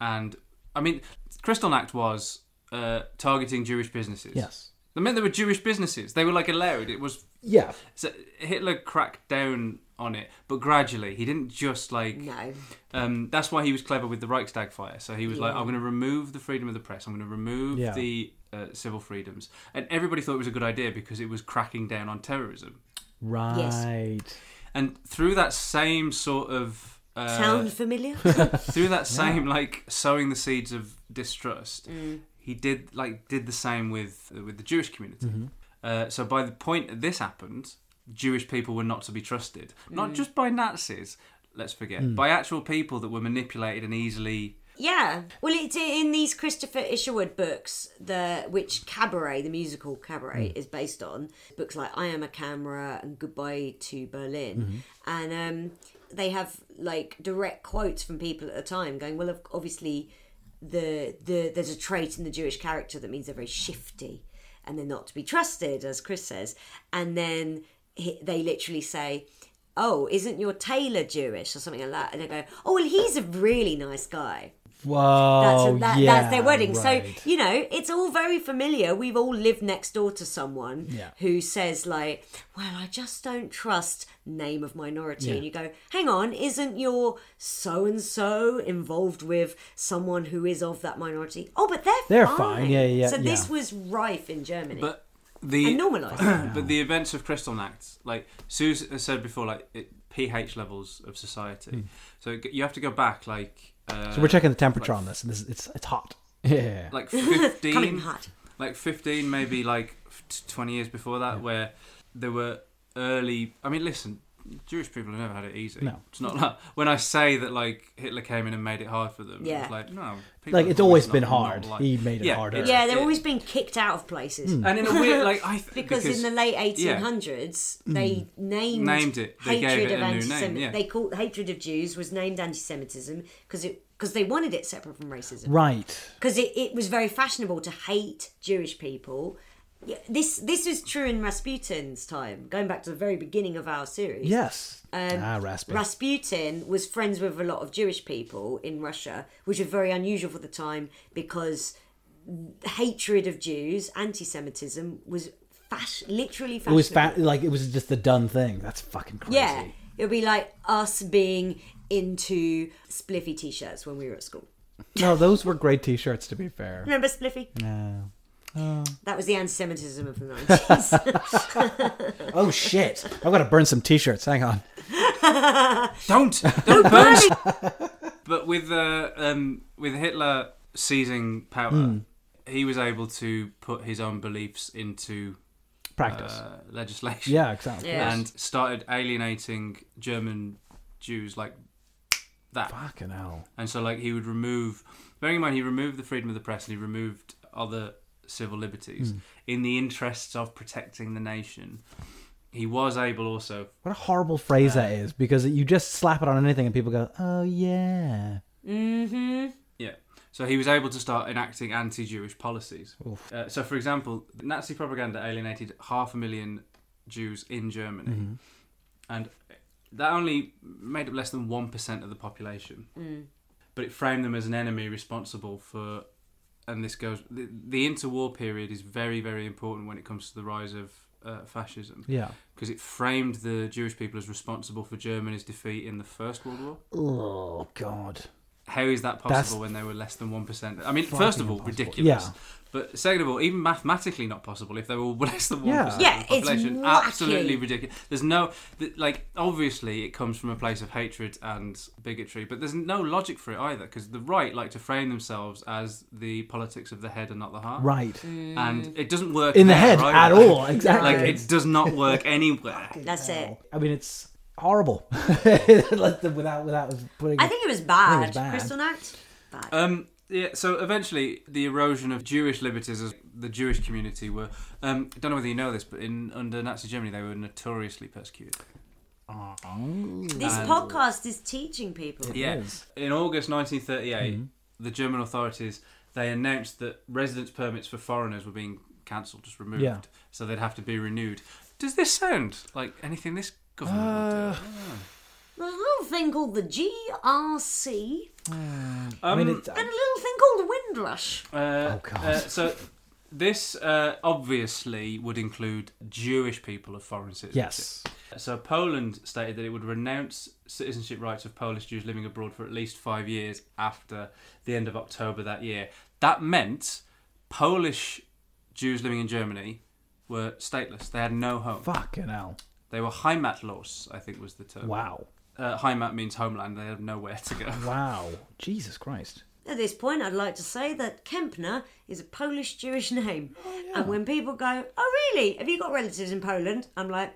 S3: and I mean, Kristallnacht was uh, targeting Jewish businesses.
S1: Yes.
S3: they meant they were Jewish businesses. They were like allowed. It was
S1: Yeah.
S3: so Hitler cracked down on it, but gradually. He didn't just like.
S2: no,
S3: Um, that's why he was clever with the Reichstag fire. So he was like, I'm going to remove the freedom of the press. I'm going to remove
S1: Yeah.
S3: the uh, civil freedoms. And everybody thought it was a good idea because it was cracking down on terrorism.
S1: Right.
S3: and through that same sort of uh,
S2: sound familiar?
S3: through that same like sowing the seeds of distrust he did like did the same with with the jewish community uh, so by the point that this happened jewish people were not to be trusted not just by nazis let's forget by actual people that were manipulated and easily
S2: Yeah. Well, it's in these Christopher Isherwood books, the which Cabaret, the musical Cabaret, is based on. Books like I Am a Camera and Goodbye to Berlin, and um, they have like direct quotes from people at the time going, "Well, of- obviously, the the there's a trait in the Jewish character that means they're very shifty, and they're not to be trusted," as Chris says, and then he, they literally say oh, isn't your tailor Jewish or something like that? And they go, oh, well, he's a really nice guy.
S1: Whoa,
S2: that's, that,
S1: yeah,
S2: that's their wedding.
S1: right.
S2: So, you know, it's all very familiar. We've all lived next door to someone
S1: Yeah.
S2: who says, like, well, I just don't trust name of minority.
S1: Yeah.
S2: And you go, hang on, isn't your so and so involved with someone who is of that minority? Oh, but they're,
S1: They're
S2: fine.
S1: fine. Yeah, yeah,
S2: So this
S1: yeah.
S2: was rife in Germany.
S3: But the
S2: And normalised.
S3: but the events of Kristallnacht, like Sue said before, like it, pH levels of society. So g- you have to go back, like. Uh,
S1: So we're checking the temperature on this, and this, it's it's hot. Yeah.
S3: like
S2: Coming Mm-hmm.
S3: fifteen,
S2: hot.
S3: like fifteen, maybe like f- t- twenty years before that, where there were early. I mean, listen, Jewish people have never had it easy.
S1: No.
S3: it's not like when I say that like Hitler came in and made it hard for them.
S2: Yeah.
S3: it's like no, people
S1: Like,
S3: have
S1: it's always been
S3: not-
S1: hard.
S3: not like-
S1: He made it
S3: Yeah,
S1: harder.
S3: it's-
S2: Yeah, they're
S3: it-
S2: always being kicked out of places.
S1: Hmm.
S3: And in a weird, like I th-
S2: because, in the late 1800s they named,
S3: Mm. Named it. They gave
S2: hatred
S3: it
S2: of
S3: a new name,
S2: anti-Semitism.
S3: yeah.
S2: They called hatred of Jews was named anti-Semitism because it because they wanted it separate from racism
S1: Right.
S2: because it, it was very fashionable to hate Jewish people. Yeah, This this is true in Rasputin's time, going back to the very beginning of our series.
S1: Yes.
S2: Um,
S1: ah, raspy.
S2: Rasputin was friends with a lot of Jewish people in Russia, which was very unusual for the time because hatred of Jews, anti-Semitism, was fash- literally
S1: it
S2: fashionable.
S1: was fat. Like it was just the done thing. That's fucking crazy.
S2: Yeah, it would be like us being into spliffy t-shirts when we were at school.
S1: No, those were great T-shirts. To be fair.
S2: Remember spliffy?
S1: Yeah.
S2: That was the anti-Semitism of the nineties.
S1: Oh shit! I've got to burn some T-shirts. Hang on.
S3: Don't don't burn. but with uh, um, with Hitler seizing power,
S1: Hmm.
S3: he was able to put his own beliefs into
S1: Practice.
S3: uh, legislation.
S1: yeah, exactly.
S2: Yeah.
S3: and started alienating German Jews like that.
S1: Fucking hell.
S3: And so, like, he would remove. Bearing in mind, he removed the freedom of the press and he removed other civil liberties in the interests of protecting the nation. He was able also.
S1: What a horrible phrase that is because you just slap it on anything and people go, oh yeah.
S3: Yeah. So he was able to start enacting anti-Jewish policies. Uh, so, for example, Nazi propaganda alienated half a million Jews in Germany, and that only made up less than one percent of the population. But it framed them as an enemy responsible for, and this goes. The, the interwar period is very, very important when it comes to the rise of uh, fascism.
S1: Yeah.
S3: Because it framed the Jewish people as responsible for Germany's defeat in the First World War
S1: Oh god.
S3: how is that possible
S1: That's-
S3: when they were less than one percent? I mean, first of all,
S1: impossible.
S3: ridiculous.
S1: Yeah.
S3: But second of all, even mathematically not possible if they were less than one
S1: Yeah.
S3: percent
S2: Yeah,
S3: of
S2: it's
S3: the population.
S2: wacky.
S3: Absolutely ridiculous. There's no th- like obviously it comes from a place of hatred and bigotry, but there's no logic for it either because the right like to frame themselves as the politics of the head and not the heart.
S1: Right.
S2: Mm.
S3: And it doesn't work
S1: In the
S3: there
S1: head
S3: either.
S1: at all. Exactly.
S3: Like it does not work anywhere.
S2: That's it.
S1: I mean, it's horrible. Like, the- without without putting.
S2: I think it was bad.
S1: It was bad.
S2: Crystal Nacht? Bad.
S3: Um, yeah, so eventually the erosion of Jewish liberties as the Jewish community were. Um, I don't know whether you know this, but in under Nazi Germany they were notoriously persecuted.
S2: this podcast is teaching people.
S3: Yes. In August 1938,
S1: Mm-hmm.
S3: the German authorities they announced that residence permits for foreigners were being cancelled, just removed,
S1: Yeah.
S3: so they'd have to be renewed. Does this sound like anything this government
S1: Uh,
S3: would do?
S2: There's a little thing called the GRC
S1: I mean, it's,
S2: and a little thing called the Windrush.
S3: Uh,
S1: Oh, God.
S3: uh, so this uh, obviously would include Jewish people of foreign
S1: yes.
S3: citizenship. So Poland stated that it would renounce citizenship rights of Polish Jews living abroad for at least five years after the end of October that year. That meant Polish Jews living in Germany were stateless. They had no home.
S1: Fucking hell.
S3: They were Heimatlos, I think was the term.
S1: Wow.
S3: Uh, Heimat means homeland. They had nowhere to go.
S1: Wow. Jesus Christ.
S2: At this point, I'd like to say that Kempner is a Polish Jewish name.
S1: Oh,
S2: And when people go, Oh, really? Have you got relatives in Poland? I'm like,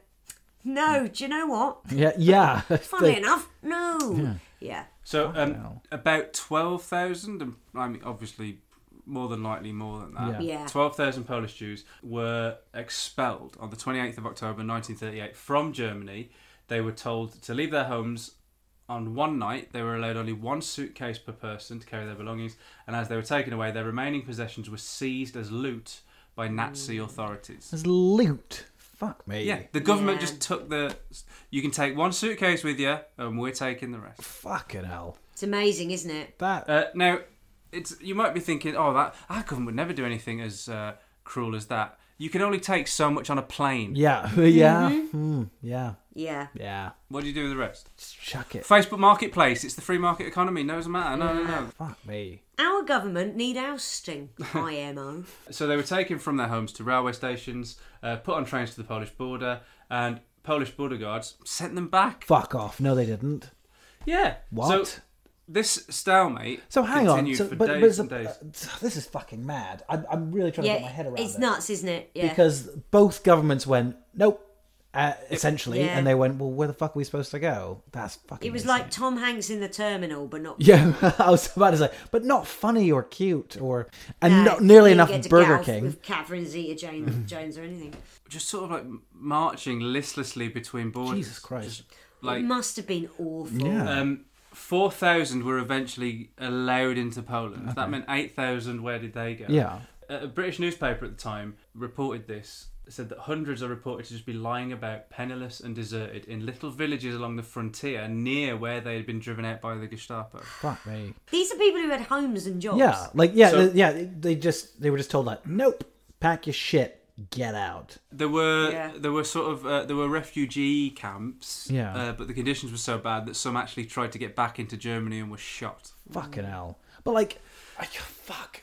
S2: No, do you know what?
S1: Yeah. Yeah.
S2: Funnily
S1: Like,
S2: enough, no. Yeah.
S3: So um,
S1: hell.
S3: about twelve thousand, and I mean obviously more than likely more than that.
S2: Yeah. Yeah.
S3: Twelve thousand Polish Jews were expelled on the twenty eighth of October, nineteen thirty eight, from Germany. They were told to leave their homes. On one night, they were allowed only one suitcase per person to carry their belongings, and as they were taken away, their remaining possessions were seized as loot by
S2: Mm.
S3: Nazi authorities.
S1: It's loot. Fuck me.
S3: Yeah, the government
S2: Yeah.
S3: just took the. You can take one suitcase with you, and we're taking the rest.
S1: Fucking hell.
S2: It's amazing, isn't it?
S1: That.
S3: Uh, now, it's you might be thinking, oh, that our government would never do anything as uh, cruel as that. You can only take so much on a plane.
S1: Yeah, yeah,
S2: Mm-hmm.
S1: Hmm. yeah,
S2: Yeah.
S1: yeah.
S3: What do you do with the rest?
S1: Just chuck it.
S3: Facebook Marketplace. It's the free market economy. No, it doesn't matter. No, no, no.
S1: Fuck me.
S2: Our government need ousting, IMO.
S3: So they were taken from their homes to railway stations, uh, put on trains to the Polish border, and Polish border guards sent them back.
S1: Fuck off. No, they didn't.
S3: Yeah.
S1: What?
S3: So this stalemate.
S1: So hang on.
S3: continued
S1: So,
S3: for
S1: but, but
S3: days
S1: it's
S3: and
S1: a-
S3: days.
S1: uh, this is fucking mad. I'm, I'm really trying to get my head
S2: Yeah,
S1: around
S2: it's
S1: it.
S2: nuts, isn't it? Yeah.
S1: because both governments went nope, uh, essentially,
S2: yeah.
S1: and they went, well, where the fuck are we supposed to go? That's fucking.
S2: it was
S1: insane.
S2: like Tom Hanks in the terminal, but not.
S1: Yeah, I was about to say, but not funny or cute or, and
S2: Uh,
S1: not nearly
S2: you
S1: enough
S2: get to get
S1: Burger
S2: off
S1: King.
S2: With Catherine Zeta Jones, Jones or anything.
S3: just sort of like marching listlessly between borders.
S1: Jesus Christ.
S3: Just, like
S2: it must have been awful.
S3: um, four thousand were eventually allowed into Poland. That meant eight thousand. Where did they go?
S1: Yeah.
S3: A a British newspaper at the time reported this. Said that hundreds are reported to just be lying about, penniless and deserted, in little villages along the frontier near where they had been driven out by the Gestapo.
S1: Fuck me.
S2: These are people who had homes and jobs.
S1: Yeah, like yeah,
S3: So-
S1: they- yeah. They just they were just told like, nope, pack your shit, get out.
S3: There were
S2: Yeah.
S3: there were sort of uh, there were refugee camps,
S1: Yeah.
S3: uh, but the conditions were so bad that some actually tried to get back into Germany and were shot.
S1: Fucking
S2: Mm.
S1: hell. But like, I, fuck.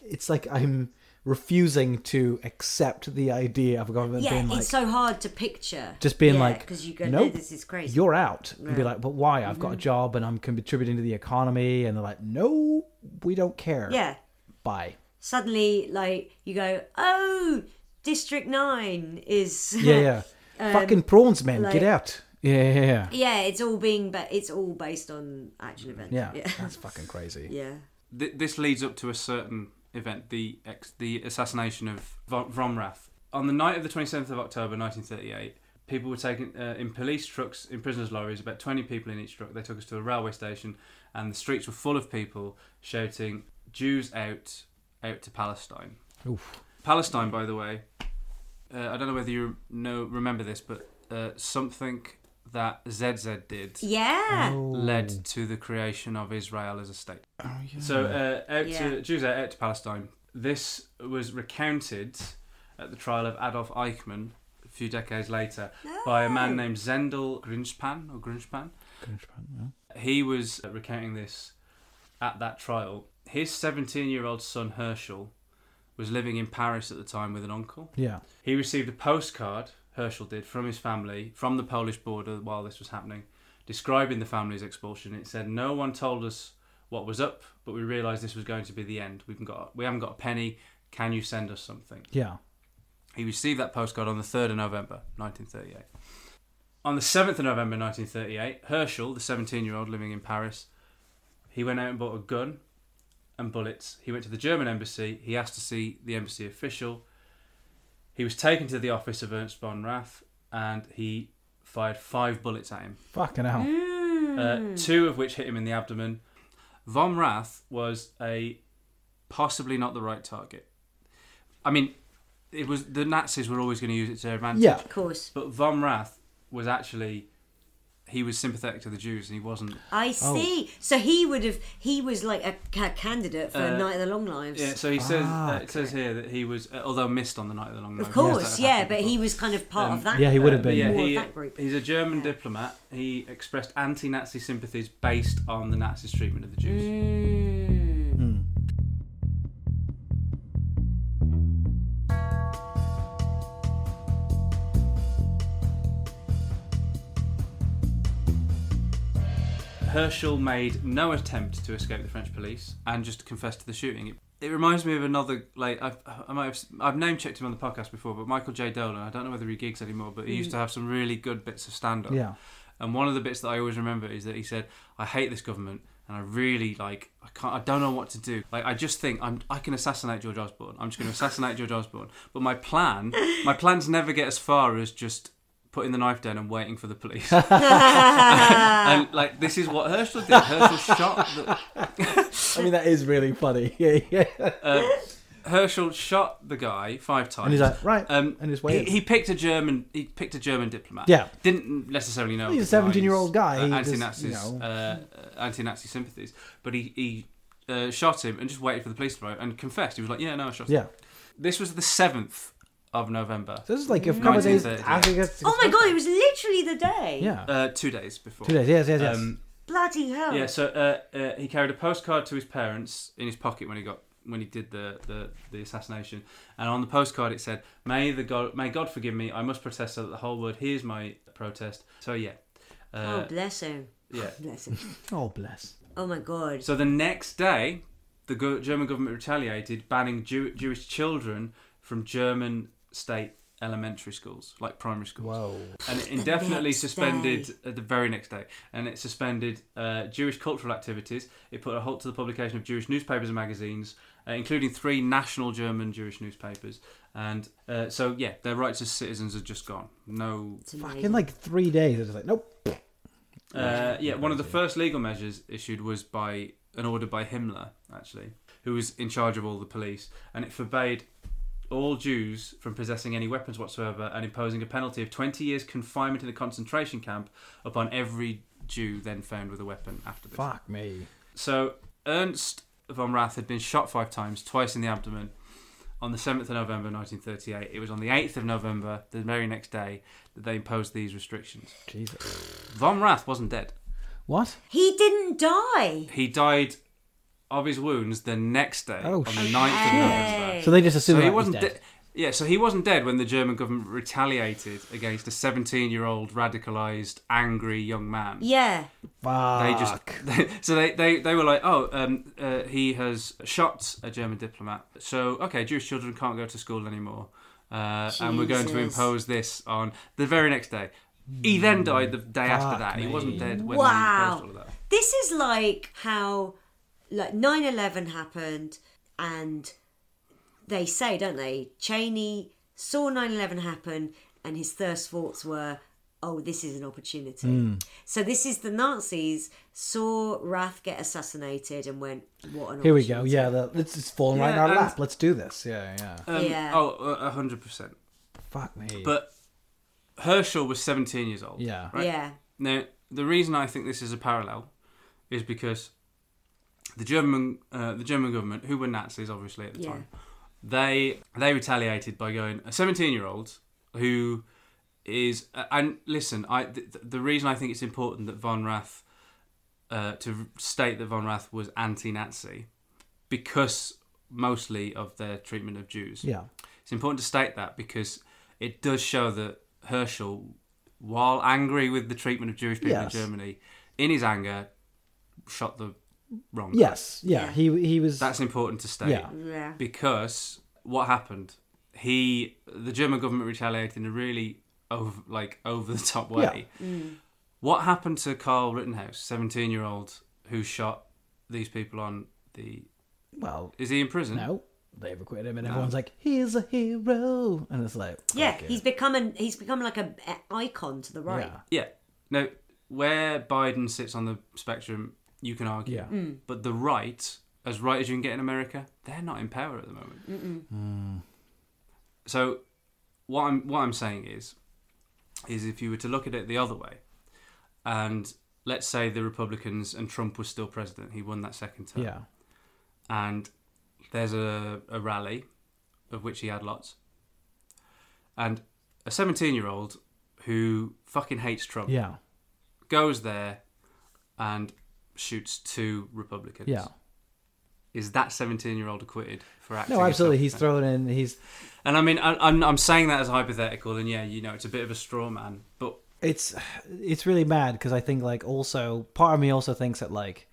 S1: It's like I'm refusing to accept the idea of a government
S2: Yeah,
S1: being like
S2: it's so hard to picture.
S1: just being
S2: Yeah,
S1: like,
S2: because you go,
S1: nope,
S2: no, this is crazy. Mm-hmm.
S1: You're out. You'd be like, but why? I've got a job and I'm contributing to the economy, and they're like, no, we don't care.
S2: yeah.
S1: Bye.
S2: Suddenly, like you go, oh, District Nine is.
S1: Yeah, yeah. Fucking prawns, man.
S2: like-
S1: Get out. Yeah, yeah, um, yeah.
S2: Yeah, it's all being, but it's all based on actual events.
S1: Mm, Yeah,
S2: yeah.
S1: that's fucking crazy.
S2: Yeah.
S3: Th- this leads up to a certain event, the ex- the assassination of Von Vromrath. On the night of the 27th of October 1938, people were taken uh, in police trucks, in prisoners' lorries, about 20 people in each truck. They took us to a railway station, and the streets were full of people shouting, Jews out, out to Palestine.
S1: Oof.
S3: Palestine, by the way, uh, I don't know whether you know remember this, but uh, something that ZZ did
S2: Yeah.
S1: Oh.
S3: led to the creation of Israel as a state. So uh, out
S2: Yeah.
S3: to Jews out, out to Palestine. This was recounted at the trial of Adolf Eichmann a few decades later by a man named Zendel Grinspan or Grinspan. He was uh, recounting this at that trial. His 17-year-old son Herschel was living in Paris at the time with an uncle.
S1: Yeah.
S3: He received a postcard, Herschel did, from his family from the Polish border while this was happening, describing the family's expulsion. It said, "No one told us what was up, but we realised this was going to be the end. We've got we haven't got a penny. Can you send us something?"
S1: Yeah.
S3: He received that postcard on the 3rd of November 1938. On the 7th of November 1938, Herschel, the 17 year old living in Paris, he went out and bought a gun and bullets. He went to the German embassy. He asked to see the embassy official. He was taken to the office of Ernst von Rath and he fired five bullets at him,
S1: Fucking hell.
S2: Hmm.
S3: uh, two of which hit him in the abdomen. Von Rath was a possibly not the right target. I mean, it was the Nazis were always going to use it to their advantage.
S1: Yeah.
S2: Of course.
S3: But Von Rath was actually he was sympathetic to the Jews and he wasn't.
S2: I
S1: Oh.
S2: see. So he would have. He was like a, ca- candidate for Night of the Long Lives.
S3: Uh, Yeah, so he says uh, it says here that he was uh, although missed on the night of the long.
S2: of course, yeah. But he was kind of part
S3: Um,
S2: of that.
S1: Yeah, he would have been.
S3: But yeah,
S2: More of
S3: he,
S2: that group.
S3: he's a German diplomat. He expressed anti-Nazi sympathies based on the Nazis' treatment of the Jews. Herschel made no attempt to escape the French police and just confessed to the shooting. It, it reminds me of another like I've, I might have I've name checked him on the podcast before, but Michael J. Dolan. I don't know whether he gigs anymore, but he used to have some really good bits of stand up.
S1: Yeah.
S3: And one of the bits that I always remember is that he said, "I hate this government." And I really like I can't I don't know what to do. Like I just think I'm I can assassinate George Osborne. I'm just going to assassinate George Osborne. But my plan my plans never get as far as just putting the knife down and waiting for the police.
S1: Ah.
S3: and like this is what Herschel did. Herschel shot the,
S1: I mean, that is really funny. Yeah, yeah.
S3: Herschel shot the guy five times. Um,
S1: he's like, right, and he's
S3: he,
S1: waiting.
S3: he picked a German. He picked a German diplomat.
S1: Yeah.
S3: didn't necessarily know.
S1: He's a
S3: at the time
S1: 17-year-old guy.
S3: Uh,
S1: He
S3: anti-Nazis,
S1: just, you know.
S3: uh, anti-Nazi sympathies, but he he uh, shot him and just waited for the police to arrive and confessed. He was like, "Yeah, no, I shot him."
S1: Yeah.
S3: This was the seventh of November.
S1: So this is like a couple of days
S3: 1930s,
S1: after he gets.
S2: Oh my god, it was literally the day.
S1: Yeah.
S3: Uh, two days before.
S1: Two days. Yes, yes, yes.
S3: Um,
S2: Bloody hell.
S3: yeah. So uh, uh, he carried a postcard to his parents in his pocket when he got when he did the, the, the assassination, and on the postcard it said, "May the God may God forgive me. I must protest so that the whole world hears my protest." So yeah.
S2: Oh,
S3: Uh,
S2: bless him.
S3: yeah.
S2: Bless him.
S1: oh bless.
S2: Oh my god.
S3: So the next day, the go- German government retaliated, banning Jew- Jewish children from German state elementary schools, like primary schools.
S1: Whoa.
S3: And it indefinitely
S2: next
S3: suspended
S2: day.
S3: uh, the very next day. And it suspended uh, Jewish cultural activities. It put a halt to the publication of Jewish newspapers and magazines, uh, including three national German Jewish newspapers. And uh, so, yeah, their rights as citizens are just gone. No
S2: It's amazing.
S1: Fucking like three days. It's like nope.
S3: uh, yeah, one of the first legal measures issued was by an order by Himmler, actually, who was in charge of all the police, and it forbade all Jews from possessing any weapons whatsoever and imposing a penalty of 20 years confinement in a concentration camp upon every Jew then found with a weapon after this.
S1: Fuck me.
S3: So Ernst von Rath had been shot five times, twice in the abdomen. On the 7th of November 1938, it was on the 8th of November, the very next day, that they imposed these restrictions.
S1: Jesus.
S3: Von Rath wasn't dead.
S1: What?
S2: He didn't die.
S3: he died of his wounds the next day
S1: Oh,
S3: on the
S1: shit.
S3: 9th of November.
S1: So they just assume
S3: So
S1: that
S3: he
S1: he's
S3: wasn't
S1: dead.
S3: dead. yeah, so he wasn't dead when the German government retaliated against a 17-year-old radicalized angry young man.
S2: Yeah.
S1: Fuck.
S3: They just so they, they, they were like, oh, um, uh, he has shot a German diplomat. So okay, Jewish children can't go to school anymore, uh, and we're going to
S2: Jesus.
S3: impose this on the very next day. He then died the day after
S1: Fuck
S3: that. He
S1: me.
S3: wasn't dead when
S2: Wow.
S3: they imposed all of that.
S2: This is like how like 9/11 happened and they say, don't they? Cheney saw 9/11 happen and his first thoughts were, "Oh, this is an opportunity."
S1: Hmm.
S2: So this is the Nazis saw Rath get assassinated and went, "What an
S1: Here we
S2: opportunity."
S1: go. Yeah, the, it's it's falling right in
S3: Yeah,
S1: our
S3: and-
S1: lap. Let's do this. Yeah, yeah.
S3: Um,
S2: Yeah.
S3: Oh, a hundred percent.
S1: Fuck me.
S3: But Herschel was 17 years old.
S1: Yeah.
S3: Right?
S2: Yeah.
S3: Now, the reason I think this is a parallel is because the German, uh, the German government, who were Nazis obviously at the
S2: Yeah.
S3: time, they they retaliated by going a 17 year old who is uh, and listen, I th- th- the reason I think it's important that von Rath uh, to state that von Rath was anti-Nazi because mostly of their treatment of Jews.
S1: yeah.
S3: It's important to state that because it does show that Herschel, while angry with the treatment of Jewish people
S1: Yes.
S3: in Germany, in his anger, shot the wrong. guy.
S1: Yes. Yeah. He he was.
S3: that's important to state
S1: Yeah.
S2: Yeah.
S3: because what happened? He, the German government retaliated in a really over, like over the top way. What happened to Carl Rittenhouse, seventeen-year-old who shot these people on the?
S1: well,
S3: Is he in prison?
S1: no, they've acquitted him, and everyone's like, "He's a hero," and it's like,
S2: Yeah,
S1: fuck it.
S2: he's become an he's become like a, a icon to the right.
S1: Yeah.
S3: Yeah. Now, where Biden sits on the spectrum, you can argue.
S1: Yeah.
S3: But the right, as right as you can get in America, they're not in power at the moment.
S1: Mm.
S3: So, what I'm what I'm saying is, is if you were to look at it the other way, and let's say the Republicans and Trump was still president, he won that second term,
S1: Yeah.
S3: and there's a, a rally of which he had lots, and a 17 year old who fucking hates Trump
S1: Yeah.
S3: goes there and shoots two Republicans.
S1: Yeah.
S3: Is that 17 year old acquitted for acting?
S1: No, absolutely.
S3: as
S1: He's thrown in. He's.
S3: self-defense? And I mean, I, I'm, I'm saying that as a hypothetical, and yeah, you know, it's a bit of a straw man, but
S1: It's it's really mad because I think like also part of me also thinks that like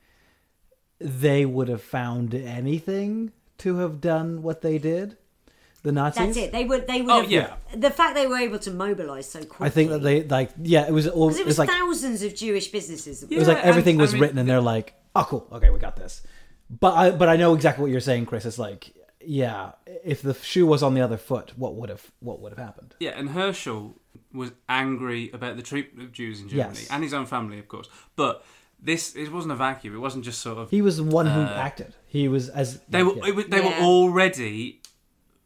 S1: they would have found anything to have done what they did. The Nazis.
S2: That's it. They would they would
S3: Oh,
S2: have,
S3: yeah.
S2: the fact they were able to mobilize so quickly.
S1: I think that they like yeah. It was all.
S2: because
S1: It
S2: it
S1: was
S2: was
S1: like
S2: thousands of Jewish businesses. that
S1: It was
S3: Yeah,
S1: like everything
S3: and- I
S1: was
S3: mean-
S1: written, and they're like, "Oh, cool. Okay, we got this." But I, but I know exactly what you're saying, Chris. It's like, yeah, if the shoe was on the other foot, what would have what would have happened?
S3: yeah, and Herschel was angry about the treatment of Jews in Germany
S1: Yes.
S3: and his own family, of course. But this it wasn't a vacuum. It wasn't just sort of
S1: He was the one who acted. He was as
S3: Uh, they were
S1: yeah.
S3: it was, they were
S2: Yeah.
S3: already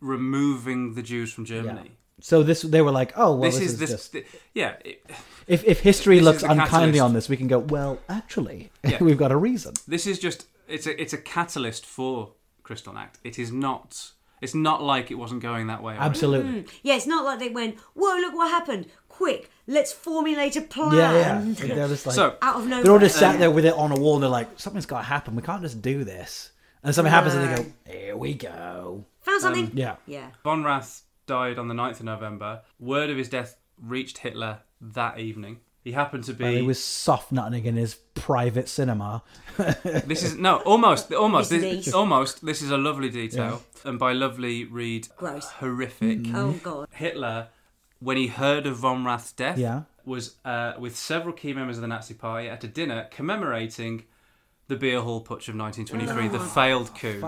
S3: removing the Jews from Germany.
S1: so this they were like, "Oh, well,
S3: This,
S1: this,
S3: is, this,
S1: just
S3: thi- yeah. It,
S1: if if history
S3: this
S1: looks
S3: is the
S1: unkindly
S3: catalyst.
S1: on this, we can go. Well, actually,
S3: Yeah. Mm.
S1: we've got a reason."
S3: this is just it's a it's a catalyst for Crystal Act. It is not. It's not like it wasn't going that way. already.
S1: Absolutely.
S3: Mm.
S2: Yeah, it's not like they went, whoa, look what happened. Quick, let's formulate a plan.
S1: Yeah, yeah. And They're just like,
S3: So
S2: Out of nowhere.
S1: they're all just sat there with it on a wall and they're like, something's got to happen. We can't just do this. And something happens and they go,
S3: Uh.
S1: here we go.
S2: Found something?
S1: um, Yeah.
S2: Yeah.
S3: Von Rath died on the 9th of November. Word of his death reached Hitler that evening. He happened to
S1: And
S3: be.
S1: he was soft nutting in his private cinema.
S3: This is no almost almost
S2: His
S3: this,
S2: niece.
S3: almost. This is a lovely detail, and by lovely read
S2: Gross.
S3: horrific.
S2: Oh, God.
S3: Hitler, when he heard of von Rath's death,
S1: Yeah.
S3: was uh, with several key members of the Nazi Party at a dinner commemorating the beer hall putsch of 1923, the failed coup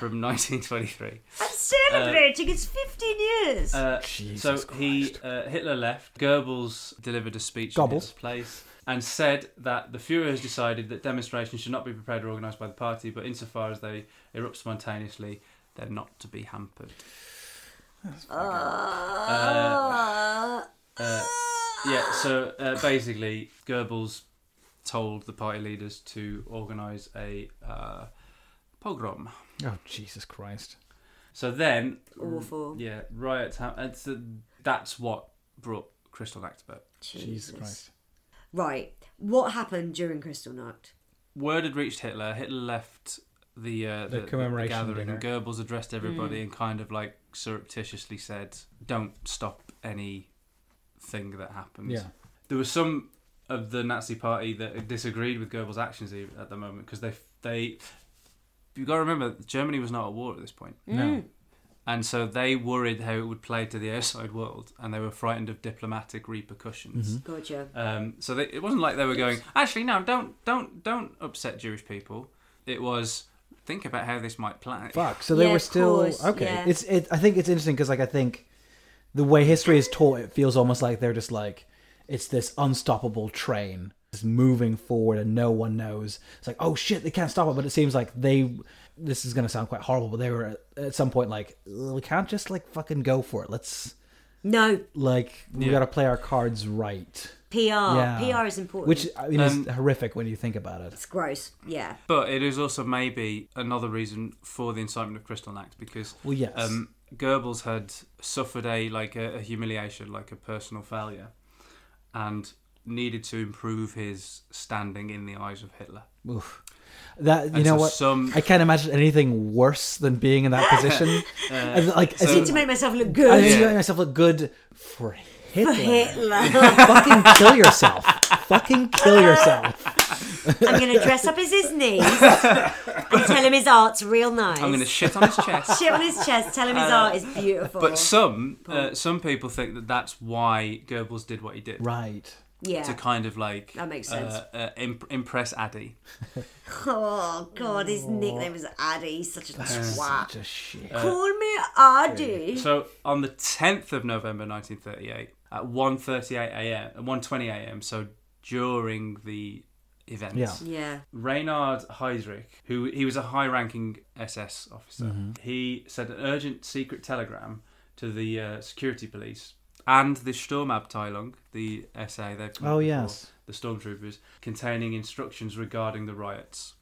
S3: from 1923.
S1: Uh,
S2: I'm celebrating. it's 15 years.
S3: Uh,
S1: Jesus
S3: so he uh, Hitler left. Goebbels delivered a speech
S1: Gobbles.
S3: in his place and said that the Fuhrer has decided that demonstrations should not be prepared or organised by the party, but insofar as they erupt spontaneously, they're not to be hampered.
S2: Uh,
S3: Uh, yeah, so uh, basically, Goebbels told the party leaders to organise a uh, pogrom.
S1: Oh, Jesus Christ.
S3: So then,
S2: Awful.
S3: yeah, riots. Ha- and so that's what brought Kristallnacht about.
S1: Jesus Christ.
S2: Right. What happened during Crystal Night?
S3: word had reached Hitler. Hitler left the uh, the,
S1: commemoration
S3: gathering.
S1: dinner.
S3: and Goebbels addressed everybody and kind of like surreptitiously said, "Don't stop any thing that happens."
S1: Yeah.
S3: There were some of the Nazi Party that disagreed with Goebbels' actions e- at the moment because they they you got to remember Germany was not at war at this point.
S1: No.
S3: And so they worried how it would play to the outside world, and they were frightened of diplomatic repercussions.
S1: Mm-hmm.
S2: Gotcha.
S3: Um, so they, it wasn't like they were going. Actually, no, don't, don't, don't upset Jewish people. It was think about how this might play.
S1: Fuck. So they
S2: Yeah,
S1: were
S2: of
S1: still
S2: course,
S1: okay.
S2: yeah.
S1: It's it. I think it's interesting because like I think the way history is taught, it feels almost like they're just like it's this unstoppable train just moving forward, and no one knows. It's like oh shit, they can't stop it. But it seems like they. This is gonna sound quite horrible, but they were at, at some point like we can't just like fucking go for it. Let's
S2: No,
S1: like we gotta play our cards right.
S2: PR. PR Oh, is important.
S1: Which I mean
S3: Um,
S1: is horrific when you think about it.
S2: it's gross. Yeah.
S3: But it is also maybe another reason for the incitement of Kristallnacht because
S1: Well, yes.
S3: um, Goebbels had suffered a like a, a humiliation, like a personal failure, and needed to improve his standing in the eyes of Hitler.
S1: Oof. That you
S3: And
S1: know
S3: so
S1: what?
S3: some-
S1: I can't imagine anything worse than being in that position. And, like as
S2: Need
S1: if-
S2: to make myself look
S1: I
S2: good.
S1: need to
S3: Uh, Yeah.
S1: make myself look good for Hitler.
S2: Hitler.
S1: Fucking kill yourself. Fucking kill yourself.
S2: I'm going to dress up as his niece and tell him his art's real nice.
S3: I'm going to shit on his chest.
S2: shit on his chest. Tell him his art is beautiful.
S3: But some uh, some people think that that's why Goebbels did what he did.
S1: Right.
S2: yeah.
S3: to kind of like
S2: That makes sense.
S3: uh, uh, imp- impress Addy.
S2: Oh God, his nickname is Addy. He's Such a twat.
S1: Just shit.
S2: Call me Addy.
S3: So on the 10th of November 1938 at 1:38 a.m. at 1:20 a.m. So during the event,
S1: Yeah.
S2: Yeah.
S3: Reinhard Heydrich, who he was a high-ranking SS officer,
S1: Mm-hmm.
S3: he sent an urgent secret telegram to the uh, security police and the Sturmabteilung, the SA they've
S1: Oh, yes.
S3: the stormtroopers, containing instructions regarding the riots.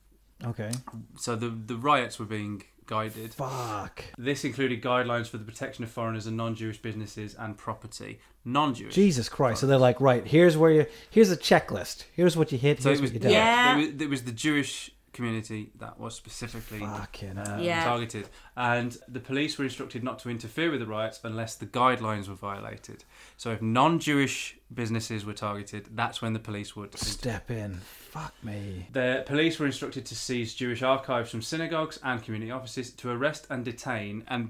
S1: Okay.
S3: So the the riots were being guided.
S1: Fuck.
S3: This included guidelines for the protection of foreigners and non-Jewish businesses and property. Non-Jewish.
S1: Jesus Christ. So they're like, right, here's where you here's a checklist. Here's what you hit,
S3: So
S1: here's
S3: it was
S1: what you don't.
S2: Yeah.
S3: yeah. It was, it was the Jewish community that was specifically
S1: Fucking hell.
S3: um,
S2: Yeah.
S3: targeted, and the police were instructed not to interfere with the riots unless the guidelines were violated. So if non-Jewish businesses were targeted, that's when the police would. interfere.
S1: Step in. Fuck me.
S3: The police were instructed to seize Jewish archives from synagogues and community offices to arrest and detain and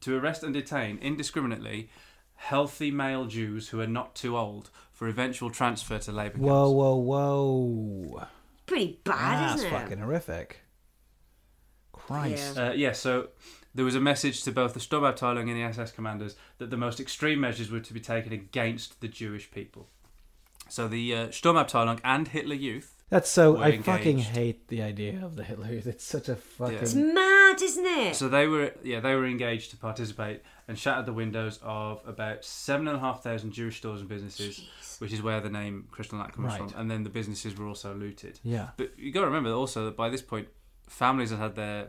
S3: to arrest and detain indiscriminately healthy male Jews who are not too old for eventual transfer to labour camps.
S1: Whoa, whoa, whoa.
S2: Pretty bad,
S1: That's
S2: isn't it?
S1: fucking horrific. Christ.
S3: Uh, yeah, so there was a message to both the Sturmabteilung and the SS commanders that the most extreme measures were to be taken against the Jewish people. So the uh, Sturmabteilung and Hitler Youth
S1: That's so
S3: We're
S1: I fucking
S3: engaged.
S1: hate the idea of the Hitler. Youth. It's such a
S2: It's
S1: fucking
S2: mad, isn't it?
S3: So they were, yeah, they were engaged to participate and shattered the windows of about seven and a half thousand Jewish stores and businesses, which is where the name Kristallnacht comes
S1: Right.
S3: from. And then the businesses were also looted.
S1: Yeah.
S3: but you got to remember also that by this point, families that had their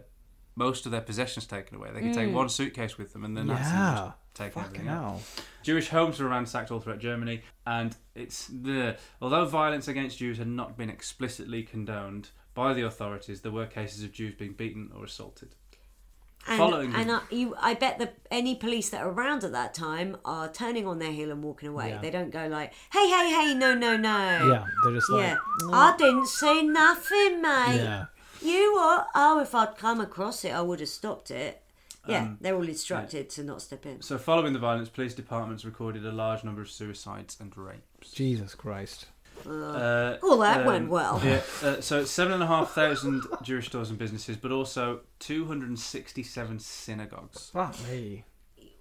S3: most of their possessions taken away. They could take one suitcase with them, and then that's
S1: Yeah.
S3: take
S1: Fucking
S3: everything. out.
S1: hell.
S3: Jewish homes were ransacked all throughout Germany, and it's the although violence against Jews had not been explicitly condoned by the authorities, there were cases of Jews being beaten or assaulted.
S2: And,
S3: Following
S2: and
S3: the-
S2: I, you, I bet that any police that are around at that time are turning on their heel and walking away. They don't go like, "Hey, hey, hey, no, no, no."
S1: Yeah, they're just like,
S2: yeah. I didn't see nothing, mate.
S1: yeah.
S2: You what? Oh, if I'd come across it, I would have stopped it. Yeah, they're all instructed to not step in.
S3: So, following the violence, police departments recorded a large number of suicides and rapes.
S1: Jesus Christ.
S3: Uh,
S2: Well, that went well.
S3: Yeah, uh, so it's seven and a half thousand Jewish stores and businesses, but also 267 synagogues.
S1: Fuck me.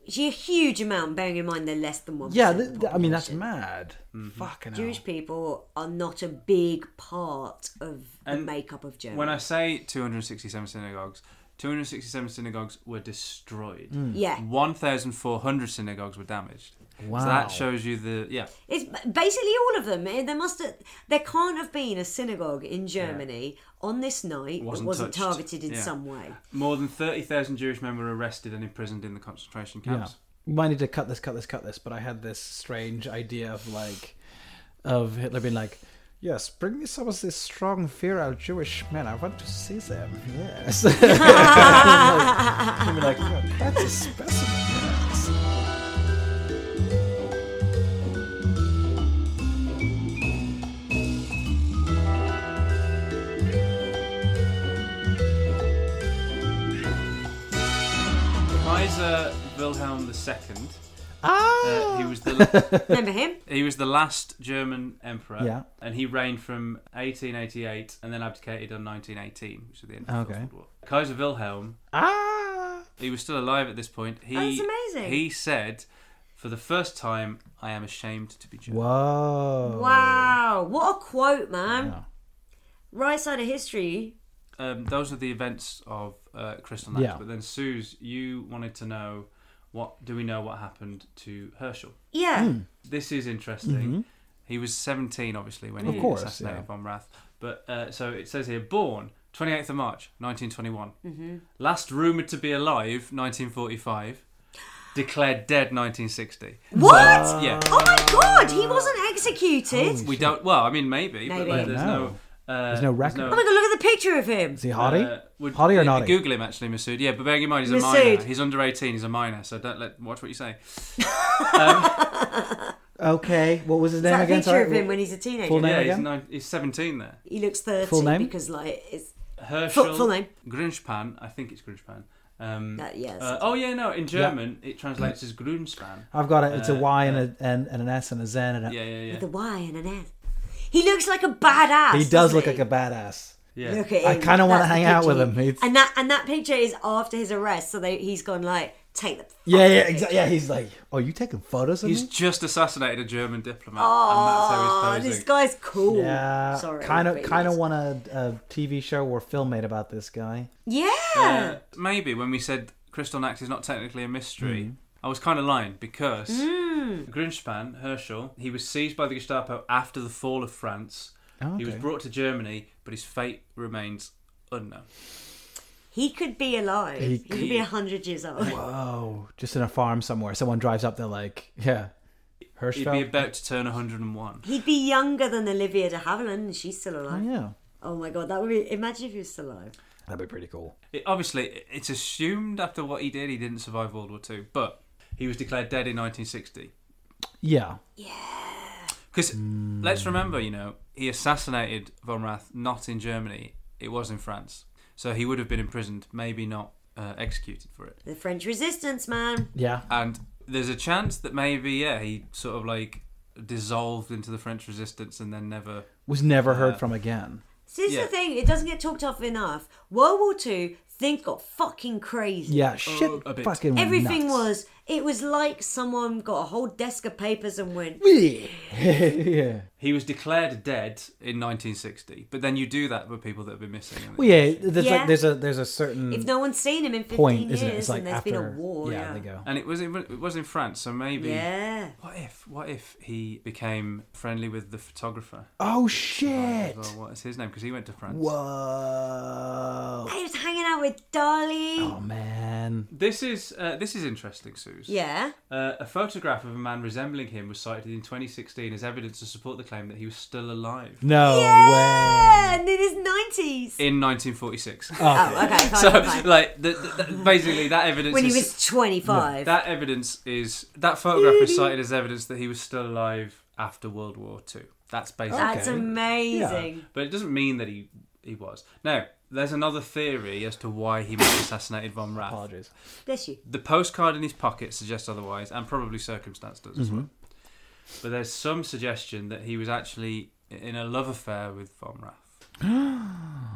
S2: It's a huge amount, bearing in mind they're less than one.
S1: Yeah, th- th- I mean, that's mad. Fucking hell.
S2: Jewish people are not a big part of
S3: And
S2: the makeup of Germany.
S3: When I say 267 synagogues, 267 synagogues were destroyed.
S1: Hmm.
S2: yeah,
S3: 1,400 synagogues were damaged.
S1: Wow.
S3: So that shows you the yeah.
S2: It's basically all of them. Eh, There must have, there can't have been a synagogue in Germany on this night that
S3: Wasn't
S2: wasn't
S3: touched.
S2: targeted in
S3: Yeah.
S2: some way.
S3: More than 30,000 Jewish men were arrested and imprisoned in the concentration
S1: Yeah.
S3: camps.
S1: We might need to cut this, cut this, cut this, but I had this strange idea of like, of Hitler being like, yes, bring me some of these strong, virile Jewish men. I want to see them. Yes. and be like, "Oh, that's a specimen. Yes.
S3: Kaiser Wilhelm II.
S1: Ah!
S3: Uh, he was the
S2: Remember him?
S3: he was the last German emperor,
S1: Yeah.
S3: and he reigned from 1888 and then abdicated in 1918, which is the end of the
S1: Okay.
S3: First World War. Kaiser Wilhelm
S1: Ah!
S3: He was still alive at this point. He,
S2: That's amazing.
S3: He said, for the first time, I am ashamed to be German.
S1: Whoa.
S2: Wow, what a quote, man! Right side of history.
S3: Um, those are the events of uh, Crystal Knacks.
S1: Yeah.
S3: But then, Suze, you wanted to know what do we know what happened to Herschel?
S2: Yeah,
S3: Hmm. This is interesting. He was 17, obviously, when he
S1: Mm-hmm. Of course,
S3: assassinated
S1: yeah.
S3: von Rath. But uh, so it says here, born 28th of March, 1921.
S2: Mm-hmm.
S3: Last rumoured to be alive, 1945. Declared dead, 1960.
S2: what?
S3: Yeah.
S2: Oh my God, he wasn't executed.
S3: We don't. Well, I mean, maybe, but
S2: Maybe.
S3: like, there's no,
S1: No.
S3: uh,
S1: There's no record.
S2: Oh my God, look at the picture of him.
S1: Is he haughty?
S3: uh, would-
S1: haughty or
S3: yeah,
S1: naughty?
S3: Google him actually, Masood. Yeah, but bearing in mind he's a minor.
S2: Masood.
S3: He's under 18. He's a minor, so don't let watch what you say.
S1: Okay. What was his name
S2: that
S1: again?
S2: picture
S1: Sorry.
S2: of him when he's a teenager.
S1: Full name?
S3: Yeah, he's,
S1: again?
S3: nine, he's 17 there.
S2: He looks thirty
S1: Full name?
S2: because like it's
S3: Herschel
S2: Full- full name.
S3: Grinspan. I think it's Grinspan. Um,
S2: That- yeah, that's
S3: uh, oh yeah, Uh, no. In German, it translates as Grunspan.
S1: I've got it. It's a Y and, a, and, and an S and a Z and a.
S3: Yeah, yeah,
S2: with a
S3: yeah.
S2: Y and an S. He looks like a badass.
S1: He does
S2: doesn't
S1: look
S2: he?
S1: like a badass.
S3: yeah.
S2: Look at
S1: I
S2: him.
S1: kinda wanna
S2: That's the
S1: hang out
S2: picture
S1: with him.
S2: he-
S1: It's-
S2: And that and that picture is after his arrest, so they, he's gone like, take the. fucking
S1: Yeah, yeah,
S2: picture.
S1: exactly. Yeah, he's like, oh, you taking photos of
S3: He's
S1: me?
S3: just assassinated a German diplomat,
S2: Oh,
S3: and that's how he's
S2: this
S3: posing.
S2: guy's cool.
S1: Yeah,
S2: Sorry,
S1: kind of,
S2: but
S1: kind of
S2: yes.
S1: want a, a TV show or film made about this guy.
S2: Yeah.
S3: Uh, maybe when we said Crystal Nax is not technically a mystery, I was kind of lying because
S2: Mm.
S3: Grinspan, Herschel, he was seized by the Gestapo after the fall of France. He was
S1: okay.
S3: brought to Germany, but his fate remains unknown.
S2: he could be alive. He,
S1: He
S2: could be a hundred years old.
S1: Oh, just in a farm somewhere. Someone drives up. They're like, yeah,
S3: He'd be
S1: Hirschfeld.
S3: about to turn 101.
S2: He'd be younger than Olivia de Havilland, and she's still
S1: Oh,
S2: alive.
S1: yeah,
S2: Oh my god, that would be. Imagine if he was still alive.
S1: that'd be pretty cool.
S3: It, obviously, it's assumed after what he did, he didn't survive World War Two, but he was declared dead in 1960.
S1: Yeah,
S3: Because let's remember, you know, he assassinated von Rath not in Germany; it was in France. So he would have been imprisoned, maybe not uh, executed for it.
S2: The French Resistance, man.
S1: yeah.
S3: And there's a chance that maybe, yeah, he sort of like dissolved into the French Resistance and then never.
S1: Was
S3: Uh,
S1: never heard from again.
S2: So this
S3: Yeah.
S2: is the thing. It doesn't get talked of enough. World War Two, things got fucking crazy.
S1: Yeah, shit,
S3: oh, a bit.
S1: fucking
S2: Everything
S1: nuts.
S2: was. It was like someone got a whole desk of papers and went,
S1: yeah.
S3: He was declared dead in 1960, but then you do that with people that have been missing.
S1: Well, yeah. There's
S2: Yeah.
S1: like there's a there's a certain
S2: if no one's seen him in 15
S1: point,
S2: years
S1: isn't it? It's like
S2: and there's
S1: after
S2: been a war.
S1: yeah,
S2: Yeah.
S1: they go.
S3: And it was it was- it was in France, so maybe.
S2: Yeah.
S3: What if what if he became friendly with the photographer?
S1: Oh
S3: As
S1: shit!
S3: well, what is his name? Because he went to France.
S1: Whoa!
S2: He was hanging out with Dolly.
S1: Oh man!
S3: This is uh, this is interesting, Suze.
S2: Yeah.
S3: Uh, a photograph of a man resembling him was cited in 2016 as evidence to support the claim that he was still alive
S1: No way!
S2: And in his 90s.
S3: in 1946.
S2: oh, okay. Fine,
S3: so,
S2: fine.
S3: like, the, the, the- basically, that evidence
S2: when he
S3: is
S2: was 25.
S3: that evidence is that photograph is cited as evidence that he was still alive after World War Two. That's basically.
S2: That's amazing.
S3: But it doesn't mean that he he was. Now, there's another theory as to why he was assassinated von Rath.
S1: Apologies.
S2: Bless you.
S3: The postcard in his pocket suggests otherwise, and probably circumstance does
S1: Mm-hmm.
S3: as well. But there's some suggestion that he was actually in a love affair with von Rath.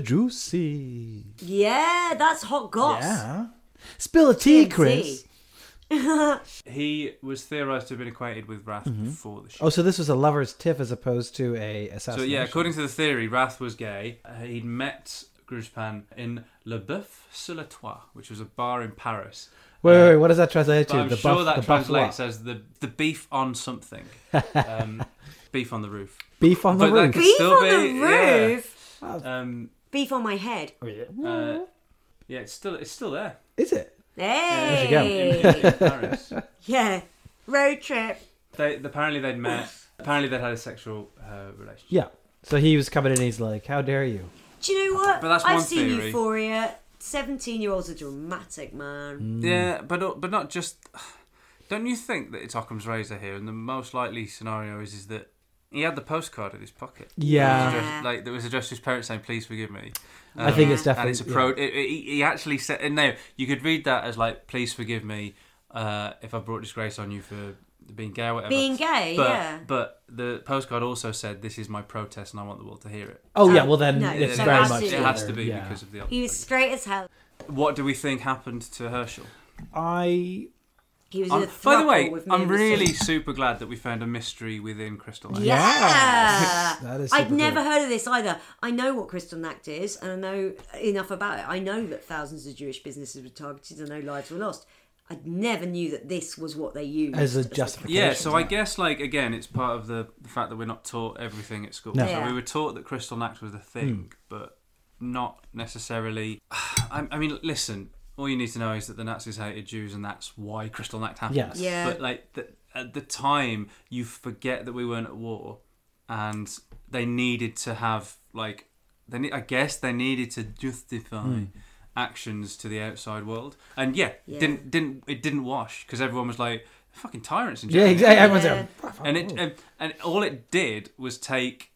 S1: Juicy.
S2: Yeah, that's hot goss.
S1: Yeah. Spill a tea,
S2: TNT.
S1: Chris.
S3: He was theorised to have been acquainted with Rath before the shoot.
S1: Oh, so this was a lover's tiff as opposed to a
S3: so
S1: assassination.
S3: yeah, according to the theory, Rath was gay. Uh, he'd met Gruspan in Le Boeuf sur la Toit, which was a bar in Paris.
S1: Wait, wait, wait, what does that translate
S3: But
S1: to?
S3: I'm
S1: the
S3: sure
S1: buff,
S3: that
S1: the buff
S3: translates
S1: what?
S3: as the the beef on something, um, beef on the roof.
S1: beef on the
S3: But that
S1: roof.
S3: could
S2: Beef
S3: still
S2: on the
S3: be- yeah.
S2: roof.
S3: Um,
S2: Beef on my head.
S1: Oh,
S3: uh, yeah, it's still it's still there.
S1: Is it?
S2: Hey.
S3: In, in Paris.
S2: Yeah. Road trip.
S3: They apparently they'd met. Apparently they'd had a sexual uh, relationship.
S1: Yeah. So he was coming in. and He's like, "How dare you?"
S2: Do you know what?
S3: But that's
S2: I've
S3: one
S2: seen
S3: theory.
S2: Euphoria. 17 year olds are dramatic,
S1: Mm.
S2: man.
S3: Yeah, but but not just. Don't you think that it's Occam's razor here, and the most likely scenario is is that he had the postcard in his pocket.
S1: Yeah.
S3: It was addressed- like that was addressed to his parents saying, "Please forgive me." Um,
S1: I think it's
S3: and it's a
S1: definitely.
S3: pro. It, it, he- he actually said, and no, you could read that as like, "Please forgive me uh, if I brought disgrace on you for being gay or whatever."
S2: Being gay,
S3: but,
S2: yeah.
S3: But the postcard also said, "This is my protest, and I want the world to hear it."
S1: Oh yeah.
S2: Um,
S1: Well then,
S2: no,
S1: it's
S2: no,
S1: very
S3: it,
S2: has
S1: much.
S2: to be.
S3: it has
S1: there,
S3: to be
S1: yeah.
S3: because of the.
S2: He was straight as hell.
S3: What do we think happened to Herschel?
S1: I
S2: He was in a
S3: I'm- by the
S2: throuple
S3: way,
S2: with me
S3: I'm
S2: and Mr.
S3: really super glad that we found a mystery within Crystal Lake.
S1: Yes,
S2: Yeah.
S1: that is
S2: I'd
S1: super
S2: never
S1: cool.
S2: heard of this either. I know what crystal nact is, and I know enough about it. I know that thousands of Jewish businesses were targeted and no lives were lost. I never knew that this was what they used.
S1: as a justification.
S3: Yeah, so I guess like again, it's part of the, the fact that we're not taught everything at school.
S1: No. Hmm.
S3: So
S2: Yeah.
S3: we were taught that crystal nact was a thing, but not necessarily. I, I mean, listen, all you need to know is that the Nazis hated Jews, and that's why crystal nact happened.
S1: Yes.
S2: Yeah.
S3: But like the, at the time, you forget that we weren't at war, and they needed to have like they. Ne- I guess they needed to justify.
S1: Hmm.
S3: Actions to the outside world, and yeah,
S2: Yeah.
S3: didn't didn't it didn't wash because everyone was like fucking tyrants in
S1: Yeah,
S3: Germany."
S1: exactly. Everyone's
S2: Yeah.
S1: like,
S3: and it and, and all it did was take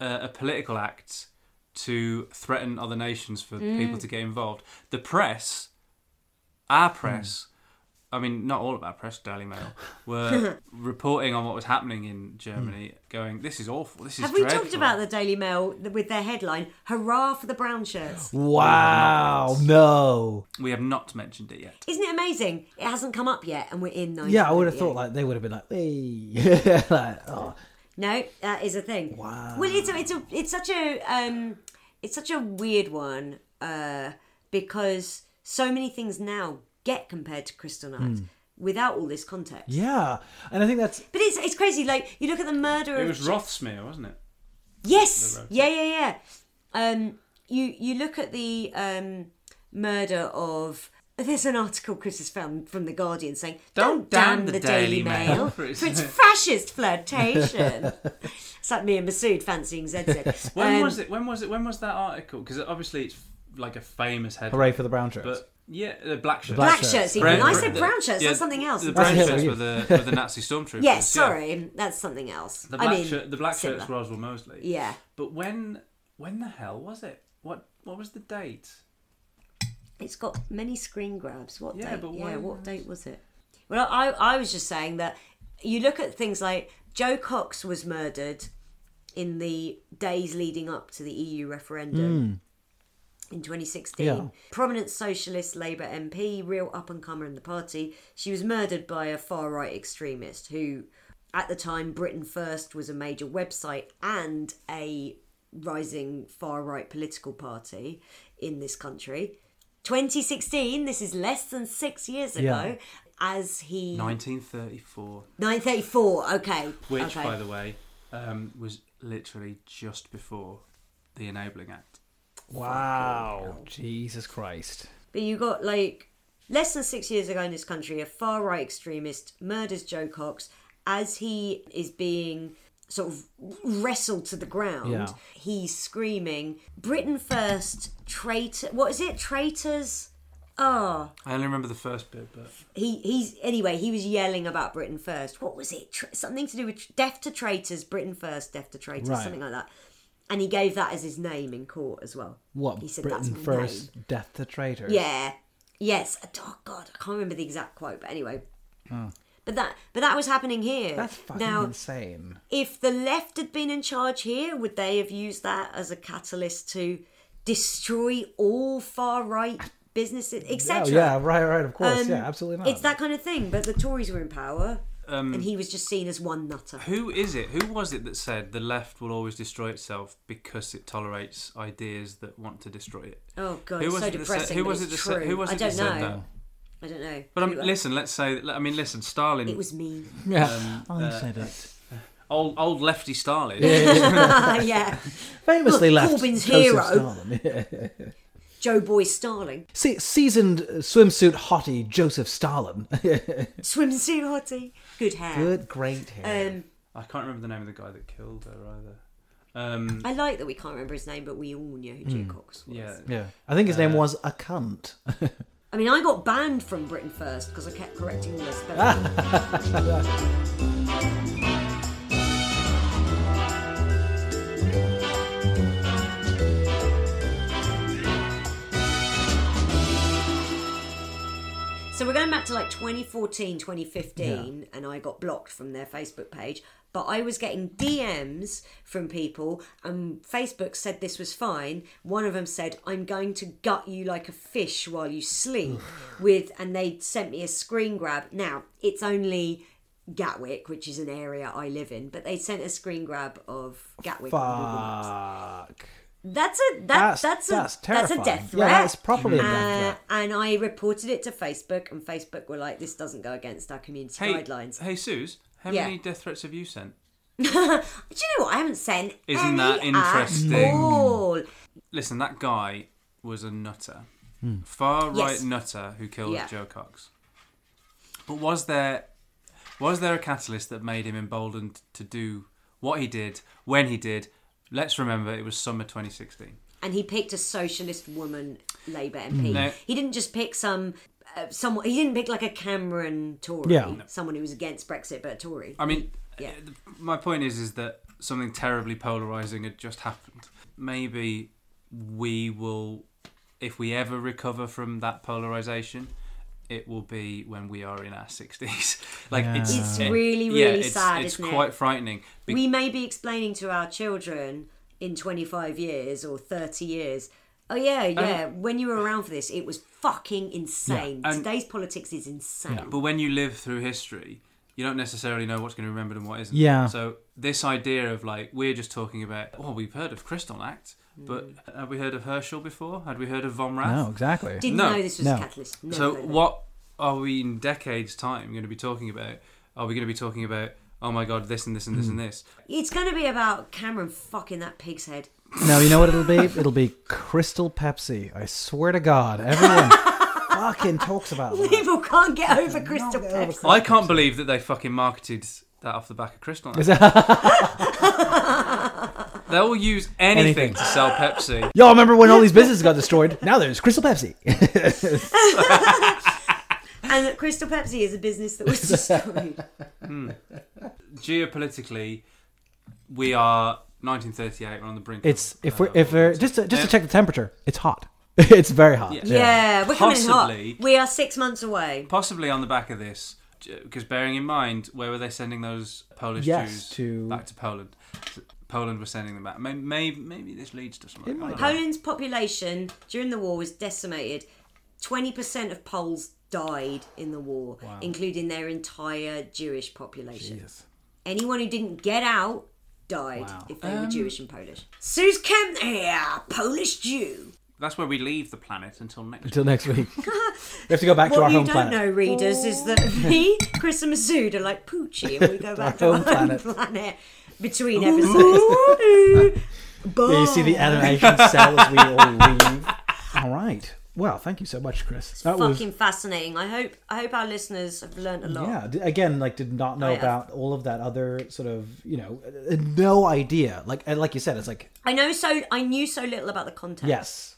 S3: uh, a political act to threaten other nations for people to get involved. The press, our press, I mean, not all of our press, Daily Mail, were reporting on what was happening in Germany, going, "This is awful. This is."
S2: Have we
S3: dreadful.
S2: talked about the Daily Mail with their headline "Hurrah for the brown shirts"?
S1: Wow. No.
S3: We have not mentioned it yet.
S2: Isn't it amazing? It hasn't come up yet, and we're in.
S1: Yeah, I would
S2: 1998.
S1: have thought like they would have been like, hey, like, oh,
S2: No, that is a thing. Wow. Well, it's a, it's a, it's such a um, it's such a weird one uh, because so many things now get compared to crystal Knight without all this context.
S1: yeah. And I think that's
S2: But it's it's crazy. Like you look at the murder
S3: It
S2: of
S3: was Rothsmere, wasn't it?
S2: yes,
S3: wrote
S2: yeah, yeah, yeah. Um, you you look at the um murder of. There's an article Chris has found from The Guardian saying,
S3: Don't
S2: Don't,
S3: damn
S2: damn
S3: the
S2: the,
S3: Daily
S2: Daily,
S3: Mail
S2: Mail,
S3: for
S2: for its
S3: its-
S2: fascist flirtation. it's like me and Masood fancying ZZ.
S3: When
S2: Um,
S3: was it? When was it? When was that article? Because obviously it's like a famous headline.
S1: hooray for the brown shirts.
S3: But yeah, the black shirt.
S2: Black
S1: shirts.
S2: shirts, even.
S3: Brown-
S2: I said
S3: the-
S2: brown shirts.
S3: yeah,
S2: that's something else.
S3: The
S2: Yes,
S3: brown
S1: That's
S3: shirts
S1: it.
S3: were the, were the Nazi stormtroopers. yeah.
S2: sorry, that's something else.
S3: The black,
S2: I mean,
S3: shirt, the black shirts
S2: similar.
S3: were Oswald Mosley.
S2: Yeah.
S3: But when when the hell was it? What what was the date?
S2: It's got many screen grabs. What
S3: Yeah,
S2: date?
S3: but why
S2: yeah, what
S3: not?
S2: date was it? Well, I, I was just saying that you look at things like Joe Cox was murdered in the days leading up to the EU E referendum. in 2016.
S1: Yeah.
S2: Prominent socialist Labour MP, real up and comer in the party. She was murdered by a far right extremist who, at the time, Britain First was a major website and a rising far right political party in this country. 2016, this is less than six years ago,
S1: Yeah.
S2: as he.
S3: 1934,
S2: 934, okay.
S3: which,
S2: okay.
S3: by the way, um, was literally just before the Enabling Act.
S1: Wow. Jesus Christ.
S2: But you got like less than six years ago in this country, a far right extremist murders Joe Cox as he is being sort of wrestled to the ground.
S1: Yeah.
S2: He's screaming, Britain first, traitor. What is it? Traitors? Ah,
S3: I only remember the first bit, but
S2: he he's anyway. He was yelling about Britain first. What was it? Tra- something to do with tr- death to traitors. Britain first, death to traitors,
S1: Right.
S2: something like that. And he gave that as his name in court as well.
S1: What?
S2: he said?
S1: Britain
S2: That's my name."
S1: first, death to traitors.
S2: Yeah. Yes. Oh God, I can't remember the exact quote, but anyway. But that, but that was happening here.
S1: Oh. That's fucking
S2: now.
S1: insane.
S2: If the left had been in charge here, would they have used that as a catalyst to destroy all far right businesses,
S1: Oh,
S2: etc.?
S1: yeah, right, right, of course.
S2: Um,
S1: yeah, absolutely not.
S2: It's that kind of thing. But the Tories were in power, and he was just seen as one nutter.
S3: Um, who is it? Who was it that said the left will always destroy itself because it tolerates ideas that want to destroy it?
S2: Oh God,
S3: who
S2: it's
S3: was
S2: so
S3: it that said-
S2: depressing.
S3: who
S2: but
S3: was
S2: it's
S3: it that
S2: true.
S3: said- who was
S2: I
S3: it
S2: don't
S3: that said
S2: know.
S3: that?
S2: I don't know.
S3: But um,
S2: Who- uh,
S3: listen, let's say, I mean, listen, Stalin,
S2: It was me.
S1: yeah.
S3: Um,
S1: I
S3: uh,
S1: said it.
S3: old old lefty Stalin.
S2: yeah,
S1: Famously
S2: Look,
S1: left
S2: Corbyn's
S1: Joseph
S2: hero.
S1: Stalin. Yeah.
S2: Joe Boy Starling.
S1: Se- seasoned swimsuit hottie Joseph Stalin.
S2: swimsuit hottie. Good hair.
S1: Good, great hair.
S2: Um,
S3: I can't remember the name of the guy that killed her either. Um,
S2: I like that we can't remember his name, but we all knew who
S1: Hmm.
S2: Joe Cox was.
S3: yeah,
S1: yeah, I think his name
S3: uh,
S1: was a cunt.
S2: I mean, I got banned from Britain First because I kept correcting all their spelling. so we're going back to like 2014, 2015, and I got blocked from their Facebook page. But I was getting DMs from people, and Facebook said this was fine. One of them said, "I'm going to gut you like a fish while you sleep." with, and they sent me a screen grab. Now it's only Gatwick, which is an area I live in, but they sent a screen grab of Gatwick. on Google Maps.
S1: Fuck.
S2: That's a that, that's a that's, a
S1: terrifying.
S2: death
S1: Yeah,
S2: threat.
S1: that's properly a death
S2: Uh,
S1: threat.
S2: and I reported it to Facebook, and Facebook were like, "This doesn't go against our community
S3: Hey,
S2: guidelines."
S3: hey, Suze, how
S2: Yeah.
S3: many death threats have you sent?
S2: Do you know what? I haven't sent.
S3: Isn't
S2: any
S3: that
S2: At
S3: interesting?
S2: all.
S3: Listen, that guy was a nutter, far right
S2: Yes.
S3: nutter who killed
S2: Yeah.
S3: Joe Cox. But was there was there a catalyst that made him emboldened to do what he did when he did? Let's remember, it was summer 2016.
S2: And he picked a socialist woman Labour MP.
S3: No.
S2: He didn't just pick some. Uh, someone he didn't pick like a Cameron Tory,
S1: Yeah.
S2: someone who was against Brexit but a Tory.
S3: I mean,
S2: Yeah.
S3: uh, my point is, is that something terribly polarizing had just happened. Maybe we will, if we ever recover from that polarization, it will be when we are in our sixties. like it's,
S2: It's
S3: it-
S2: really,
S3: yeah,
S2: really
S3: it's,
S2: sad,
S3: It's
S2: isn't it?
S3: quite frightening. Be-
S2: we may be explaining to our children in 25 years or 30 years oh yeah yeah when you were around for this it was fucking insane
S3: And-
S2: today's politics is insane
S3: but when you live through history, you don't necessarily know what's going to be remembered and what isn't.
S1: Yeah.
S3: So this idea of like we're just talking about, oh, we've heard of Crystal Act, but
S2: Mm.
S3: have we heard of Herschel before? Had we heard of von Rath?
S2: uh,
S1: No, exactly.
S2: didn't
S3: No.
S2: know this was
S1: No.
S2: a catalyst Never
S3: So
S2: heard of it.
S3: what are we in decades time going to be talking about? Are we going to be talking about oh my god this and this and this
S1: Hmm.
S3: and this?
S2: it's going to be about cameron fucking that pig's head
S1: No, you know what it'll be? It'll be Crystal Pepsi. I swear to God, everyone fucking talks about that.
S2: people can't get over crystal
S1: get over
S2: Pepsi.
S3: I can't believe that they fucking marketed that off the back of Crystal. Lake. they will use anything,
S1: Anything.
S3: to sell Pepsi.
S1: Y'all remember when all these businesses got destroyed? Now there's Crystal Pepsi.
S2: and crystal pepsi is a business that was destroyed
S3: Geopolitically, we are 1938. We're on the brink.
S1: It's
S3: of,
S1: if
S3: uh,
S1: we're if we're
S3: war.
S1: just to, just to
S3: Yeah.
S1: check the temperature, it's hot. It's very hot.
S3: Yeah.
S2: yeah we're coming in
S3: Possibly.
S2: hot we are six months away
S3: possibly on the back of this, because bearing in mind where were they sending those Polish
S1: Yes,
S3: Jews
S1: to-
S3: back to Poland? Poland were sending them back. Maybe maybe, maybe this leads to something.
S1: It might
S3: I don't know.
S2: Poland's population during the war was decimated. 20% of Poles died in the war, including their entire Jewish population. Anyone who didn't get out died if they were
S1: Um,
S2: Jewish and Polish. Suze Kemp here, Polish Jew.
S3: That's where we leave the planet until next.
S1: Until next week. we have to go back to our
S2: What you
S1: home
S2: don't
S1: planet.
S2: know, readers, is that me, Chris, and Masood are like Poochie, and we go back to
S1: Our
S2: our
S1: home
S2: home
S1: planet.
S2: planet, between episodes.
S1: Yeah, you see
S2: Oh.
S1: the animation cell as we all leave. All right. Well, thank you so much, Chris. That was
S2: Fucking fascinating. I hope I hope our listeners have learnt a lot.
S1: yeah. d- Again, like did not know
S2: Oh. yeah.
S1: about all of that other sort of you know uh, no idea. Like and like you said, it's like
S2: I know so. I knew so little about the content.
S1: yes.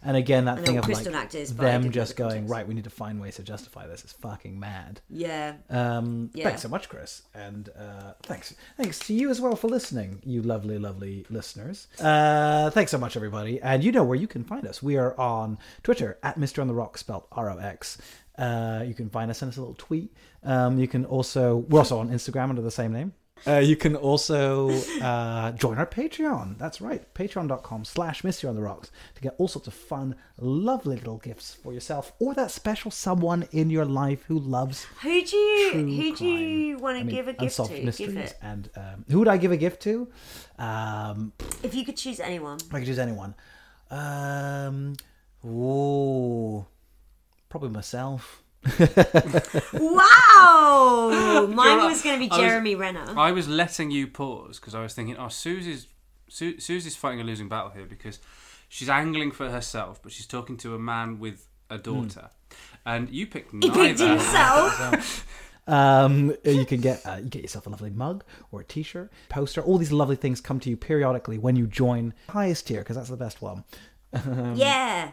S1: And again, that
S2: know
S1: thing
S2: what
S1: of like
S2: Crystal Act is, but I
S1: them
S2: didn't know
S1: just
S2: the
S1: going
S2: context.
S1: right. We need to find ways to justify this. It's fucking mad.
S2: Yeah.
S1: Um,
S2: Yeah.
S1: Thanks so much, Chris, and uh, thanks thanks to you as well for listening, you lovely, lovely listeners. Uh, thanks so much, everybody, and you know where you can find us. We are on Twitter at Mister on the Rock, spelled R O X. Uh, you can find us, send us a little tweet. Um, you can also we're also on Instagram under the same name. Uh, you can also uh, join our Patreon. That's right, patreon.com slash Mystery on the Rocks to get all sorts of fun, lovely little gifts for yourself or that special someone in your life who loves
S2: Who do you
S1: true
S2: who do you
S1: crime.
S2: want
S1: I
S2: to
S1: mean,
S2: give a gift
S1: unsolved
S2: to?
S1: mysteries.
S2: Give it.
S1: And um, who would I give a gift to? Um,
S2: If you could choose anyone.
S1: I could choose anyone. Um, ooh, probably myself.
S2: Wow. Mine
S3: You're
S2: was going to be
S3: right. I was-
S2: Jeremy Renner.
S3: I was letting you pause because I was thinking, oh, Susie's Su- Susie's fighting a losing battle here because she's angling for herself, but she's talking to a man with a daughter, and you picked
S2: He
S3: neither.
S2: picked himself.
S1: Um, you can get uh, you get yourself a lovely mug or a T-shirt, poster. All these lovely things come to you periodically when you join highest tier because that's the best one. Um,
S2: yeah.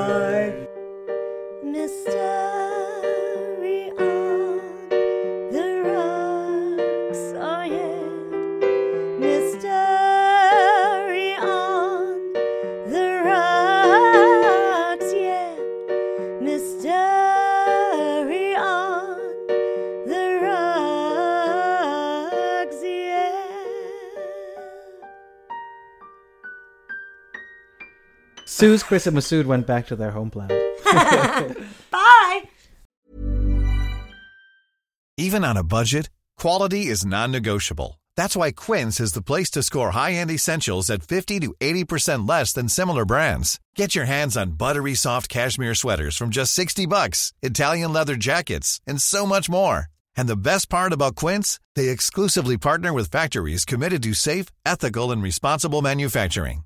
S5: Mystery on the rocks, oh yeah. Mystery on the rocks, yeah. Mystery on the rocks, yeah.
S1: Suze, Chris, and Masood went back to their home planet.
S2: Bye.
S4: Even on a budget, quality is non-negotiable. That's why Quince is the place to score high-end essentials at 50 to 80% less than similar brands. Get your hands on buttery soft cashmere sweaters from just 60 bucks, Italian leather jackets, and so much more. And the best part about Quince, they exclusively partner with factories committed to safe, ethical, and responsible manufacturing.